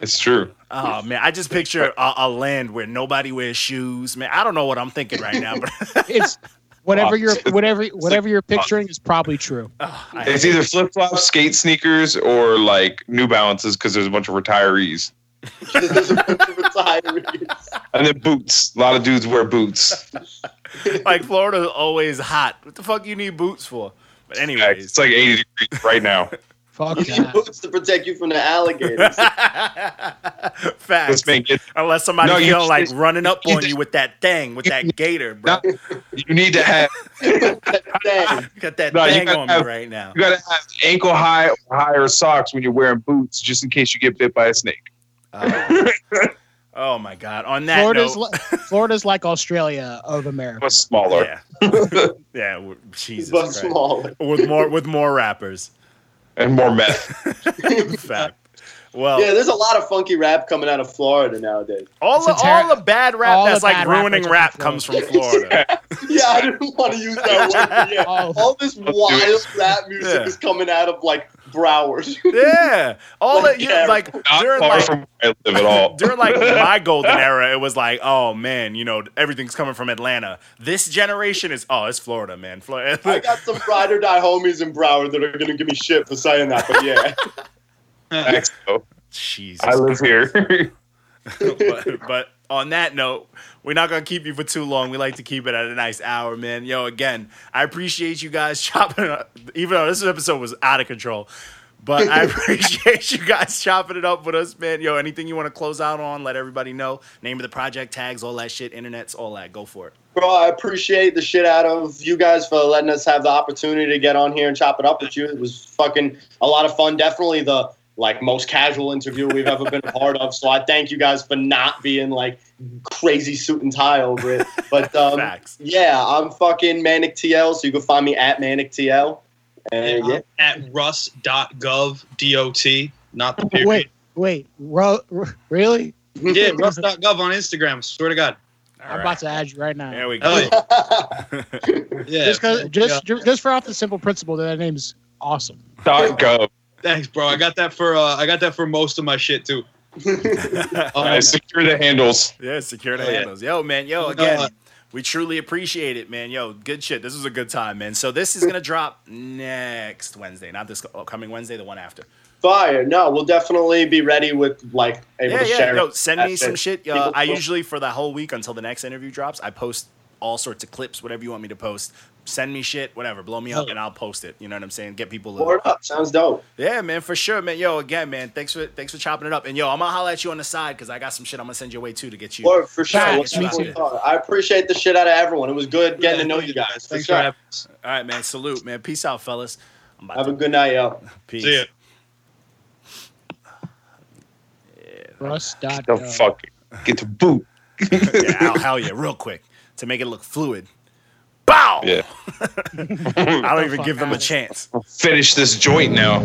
S7: It's true.
S5: Oh man, I just picture a, a land where nobody wears shoes, man. I don't know what I'm thinking right now, but
S4: it's whatever you're
S7: Fuck.
S4: whatever whatever you're picturing is probably true.
S5: oh, I
S7: It's either flip flops, skate sneakers, or like New Balances because there's a bunch of retirees. And then boots. A lot of dudes wear boots.
S5: like Florida's always hot. What the fuck you need boots for? But
S7: Yeah,
S5: anyways,
S7: it's like 80 degrees right now.
S4: Fuck
S6: You need
S4: that.
S6: boots to protect you from the alligators.
S5: facts.
S7: This man gets-
S5: Unless somebody
S7: No, you
S5: feel
S7: just-
S5: like running up
S7: you
S5: on you with that thing, with that gator, bro.
S7: No, you need to have
S6: Dang.
S5: Got that
S7: no, you
S5: thing
S7: gotta
S5: on me
S7: have-
S5: right now.
S7: you gotta have ankle high or higher socks when you're wearing boots, just in case you get bit by a snake.
S5: Oh. Oh my god! On that
S4: Florida's
S5: note,
S4: li- Florida's like Australia of America.
S7: But smaller.
S5: yeah, yeah, we're- Jesus
S6: but
S5: Christ.
S6: smaller.
S5: with more with more rappers.
S7: And more meth.
S5: Fact. Well,
S6: Yeah, there's a lot of funky rap coming out of Florida nowadays.
S5: all
S4: It's
S5: the
S4: a ter-
S5: all the bad
S4: all
S5: rap
S4: the
S5: that's like
S4: bad
S5: ruining
S4: rappers are
S5: rap
S4: from
S5: comes from Florida.
S6: Yeah, I didn't want to use that word. but Yeah.
S4: Oh.
S6: All this wild rap music
S5: Yeah.
S6: is coming out of like Broward.
S5: yeah, all the you
S6: Yeah.
S5: like
S7: Not
S5: during
S7: far
S5: like
S7: from where I live at all.
S5: during like my golden era, it was like, oh man, you know, everything's coming from Atlanta. This generation is oh, it's Florida, man. Florida.
S6: I got some ride or die homies in Broward that are gonna give me shit for saying that, but yeah.
S7: Thanks, though.
S5: Jesus.
S7: I live here.
S5: but, but on that note, we're not gonna keep you for too long. We like to keep it at a nice hour, man. Yo, again, I appreciate you guys chopping. it up, even though this episode was out of control, but I appreciate you guys chopping it up with us, man. Yo, anything you want to close out on? Let everybody know. Name of the project, tags, all that shit, internets, all that. Go for it.
S6: Bro, I appreciate the shit out of you guys for letting us have the opportunity to get on here and chop it up with you. It was fucking a lot of fun. Definitely the like most casual interview we've ever been a part of. So I thank you guys for not being like crazy suit and tie over it. But um,
S5: Facts.
S6: yeah, I'm fucking Manic TL, so you can find me at Manic TL. And yeah,
S8: Um, At russ.gov, D-O-T, not the period.
S4: Wait, wait, ro- ro- really?
S8: Yeah, russ.gov on Instagram, swear to God.
S5: All
S4: I'm
S5: right.
S4: about to add you right now.
S5: There we
S8: Hell
S5: go.
S8: yeah. yeah.
S4: Just 'cause-
S8: Yeah.
S4: just ju- just for off the simple principle that that name's awesome.
S7: Dot gov.
S8: Thanks, bro. I got that for uh, I got that for most of my shit too.
S7: I
S8: Um,
S7: secure the handles.
S9: Yeah, secure the
S8: Oh, yeah.
S9: handles. Yo, man, yo,
S8: No,
S9: again,
S8: uh,
S9: we truly appreciate it, man. Yo, good shit. This was a good time, man. So this is gonna drop next Wednesday, not this oh, coming Wednesday, the one after.
S6: Fire. No, we'll definitely be ready with like able
S9: Yeah,
S6: to
S9: yeah.
S6: share.
S9: Yo, send me
S6: That's
S9: some
S6: it.
S9: shit. Uh,
S6: People-
S9: I usually for the whole week until the next interview drops, I post all sorts of clips, whatever you want me to post. Send me shit, whatever. Blow me up,
S4: Oh.
S9: and I'll post it. You know what I'm saying? Get people.
S6: Word up. Sounds dope.
S9: Yeah, man, for sure, man. Yo, again, man, thanks for thanks for chopping it up. And yo, I'm gonna holler at you on the side because I got some shit I'm gonna send your way too to get you.
S6: Word for sure.
S4: Facts,
S6: We'll-
S4: me
S6: we'll
S4: too.
S6: talk. I appreciate the shit out of everyone. It was good getting to know you guys. For
S8: Thanks
S6: sure.
S8: for having us.
S9: All right, man. Salute, man. Peace out, fellas. I'm about
S6: Have
S9: to
S6: a good night, yo.
S9: peace.
S8: See ya.
S4: Russ. dot
S7: The
S4: gov.
S7: fuck, get to boot.
S9: yeah, I'll hell yeah, real quick to make it look fluid. Bow!
S7: Yeah,
S9: I don't
S4: The
S9: even
S4: fuck
S9: give them a
S4: outta here.
S9: chance.
S7: finish this joint now.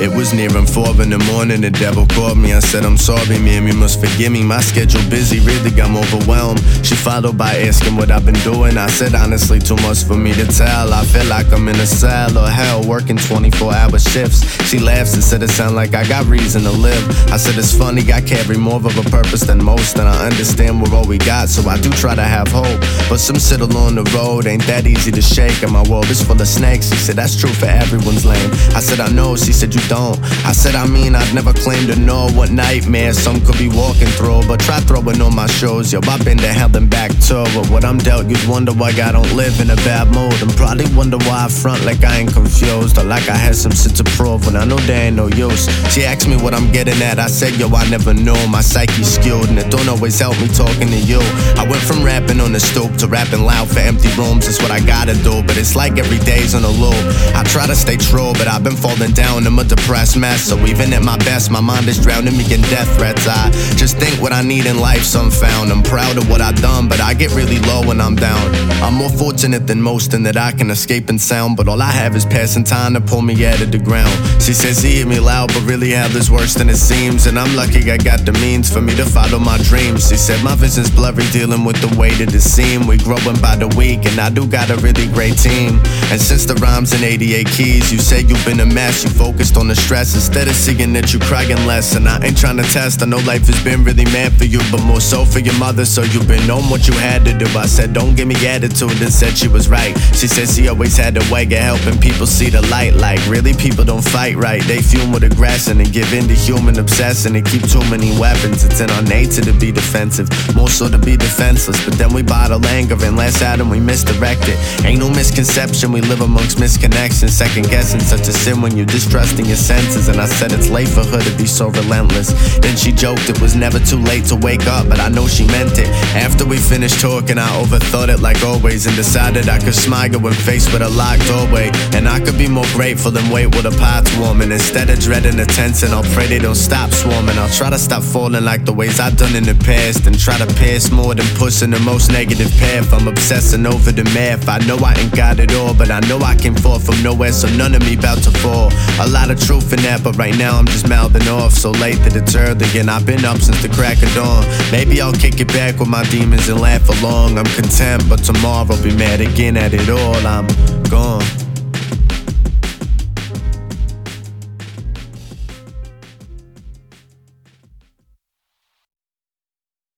S2: It was nearing four in the morning, the devil called me. I said, I'm sorry, ma'am, you must forgive me. My schedule busy, really got overwhelmed. She followed by asking what I've been doing. I said, honestly, too much for me to tell. I feel like I'm in a cell or hell, working 24 hour shifts. She laughs and said, it sound like I got reason to live. I said, it's funny, I carry more of a purpose than most, and I understand we're all we got, so I do try to have hope. But some sit along the road, ain't that easy to shake, and my world is full of snakes. She said, that's true for everyone's lane. I said, I know, she said, you don't. I said, I mean, I've never claimed to know what nightmares some could be walking through, but try throwing on my shows, yo, I've been to hell and back too. But what I'm dealt, you'd wonder why I don't live in a bad mood, and probably wonder why I front like I ain't confused, or like I had some shit to prove when I know they ain't no use. She asked me what I'm getting at, I said, yo, I never knew. My psyche skewed, and it don't always help me talking to you. I went from rapping on the stoop to rapping loud for empty rooms, it's what I gotta do, but it's like every day's on a loop. I try to stay true, but I've been falling down, I'm a depressed mess. So even at my best, my mind is drowning me in death threats. I just think what I need in life's unfound. I'm proud of what I've done, but I get really low when I'm down. I'm more fortunate than most in that I can escape and sound, but all I have is passing time to pull me out of the ground. She says he hit me loud, but really hell is worse than it seems. And I'm lucky I got the means for me to follow my dreams. She said my vision's blurry, dealing with the weight of the scene. We growing by the week, and I do got a really great team. And since the rhymes in 88 keys, you said you've been a mess. You focused on the stress instead of seeing that you crying less. And I ain't trying to test. I know life has been really mad for you, but more so for your mother. So you've been on what you had to do. I said, don't give me attitude, and said she was right. She said she always had a way of helping people see the light. Like really, people don't fight right. They fume with aggression and give in to human obsession and keep too many weapons. It's in our nature to be defensive, more so to be defenseless. But then we bottle anger and last item we misdirect it. Ain't no misconception, we live amongst misconnections. Second guessing, such a sin when you're distrusting your senses. And I said it's late for her to be so relentless. Then she joked it was never too late to wake up, but I know she meant it. After we finished talking, I overthought it like always and decided I could smile when faced with a locked doorway. And I could be more grateful than wait with the pot's warming. Instead of dreading the tension, I'll pray they don't stop swarming. I'll try to stop falling like the ways I've done in the past and try to pass more than pushing the most negative path. I'm obsessing over the math. I know I ain't got it all, but I know I came forth from nowhere, so none of me bout to fall. A lot of truth in that, but right now I'm just mouthing off. So late that it's early, and I've been up since the crack of dawn. Maybe I'll kick it back with my demons and laugh along. I'm content, but tomorrow I'll be mad again at it all. I'm gone.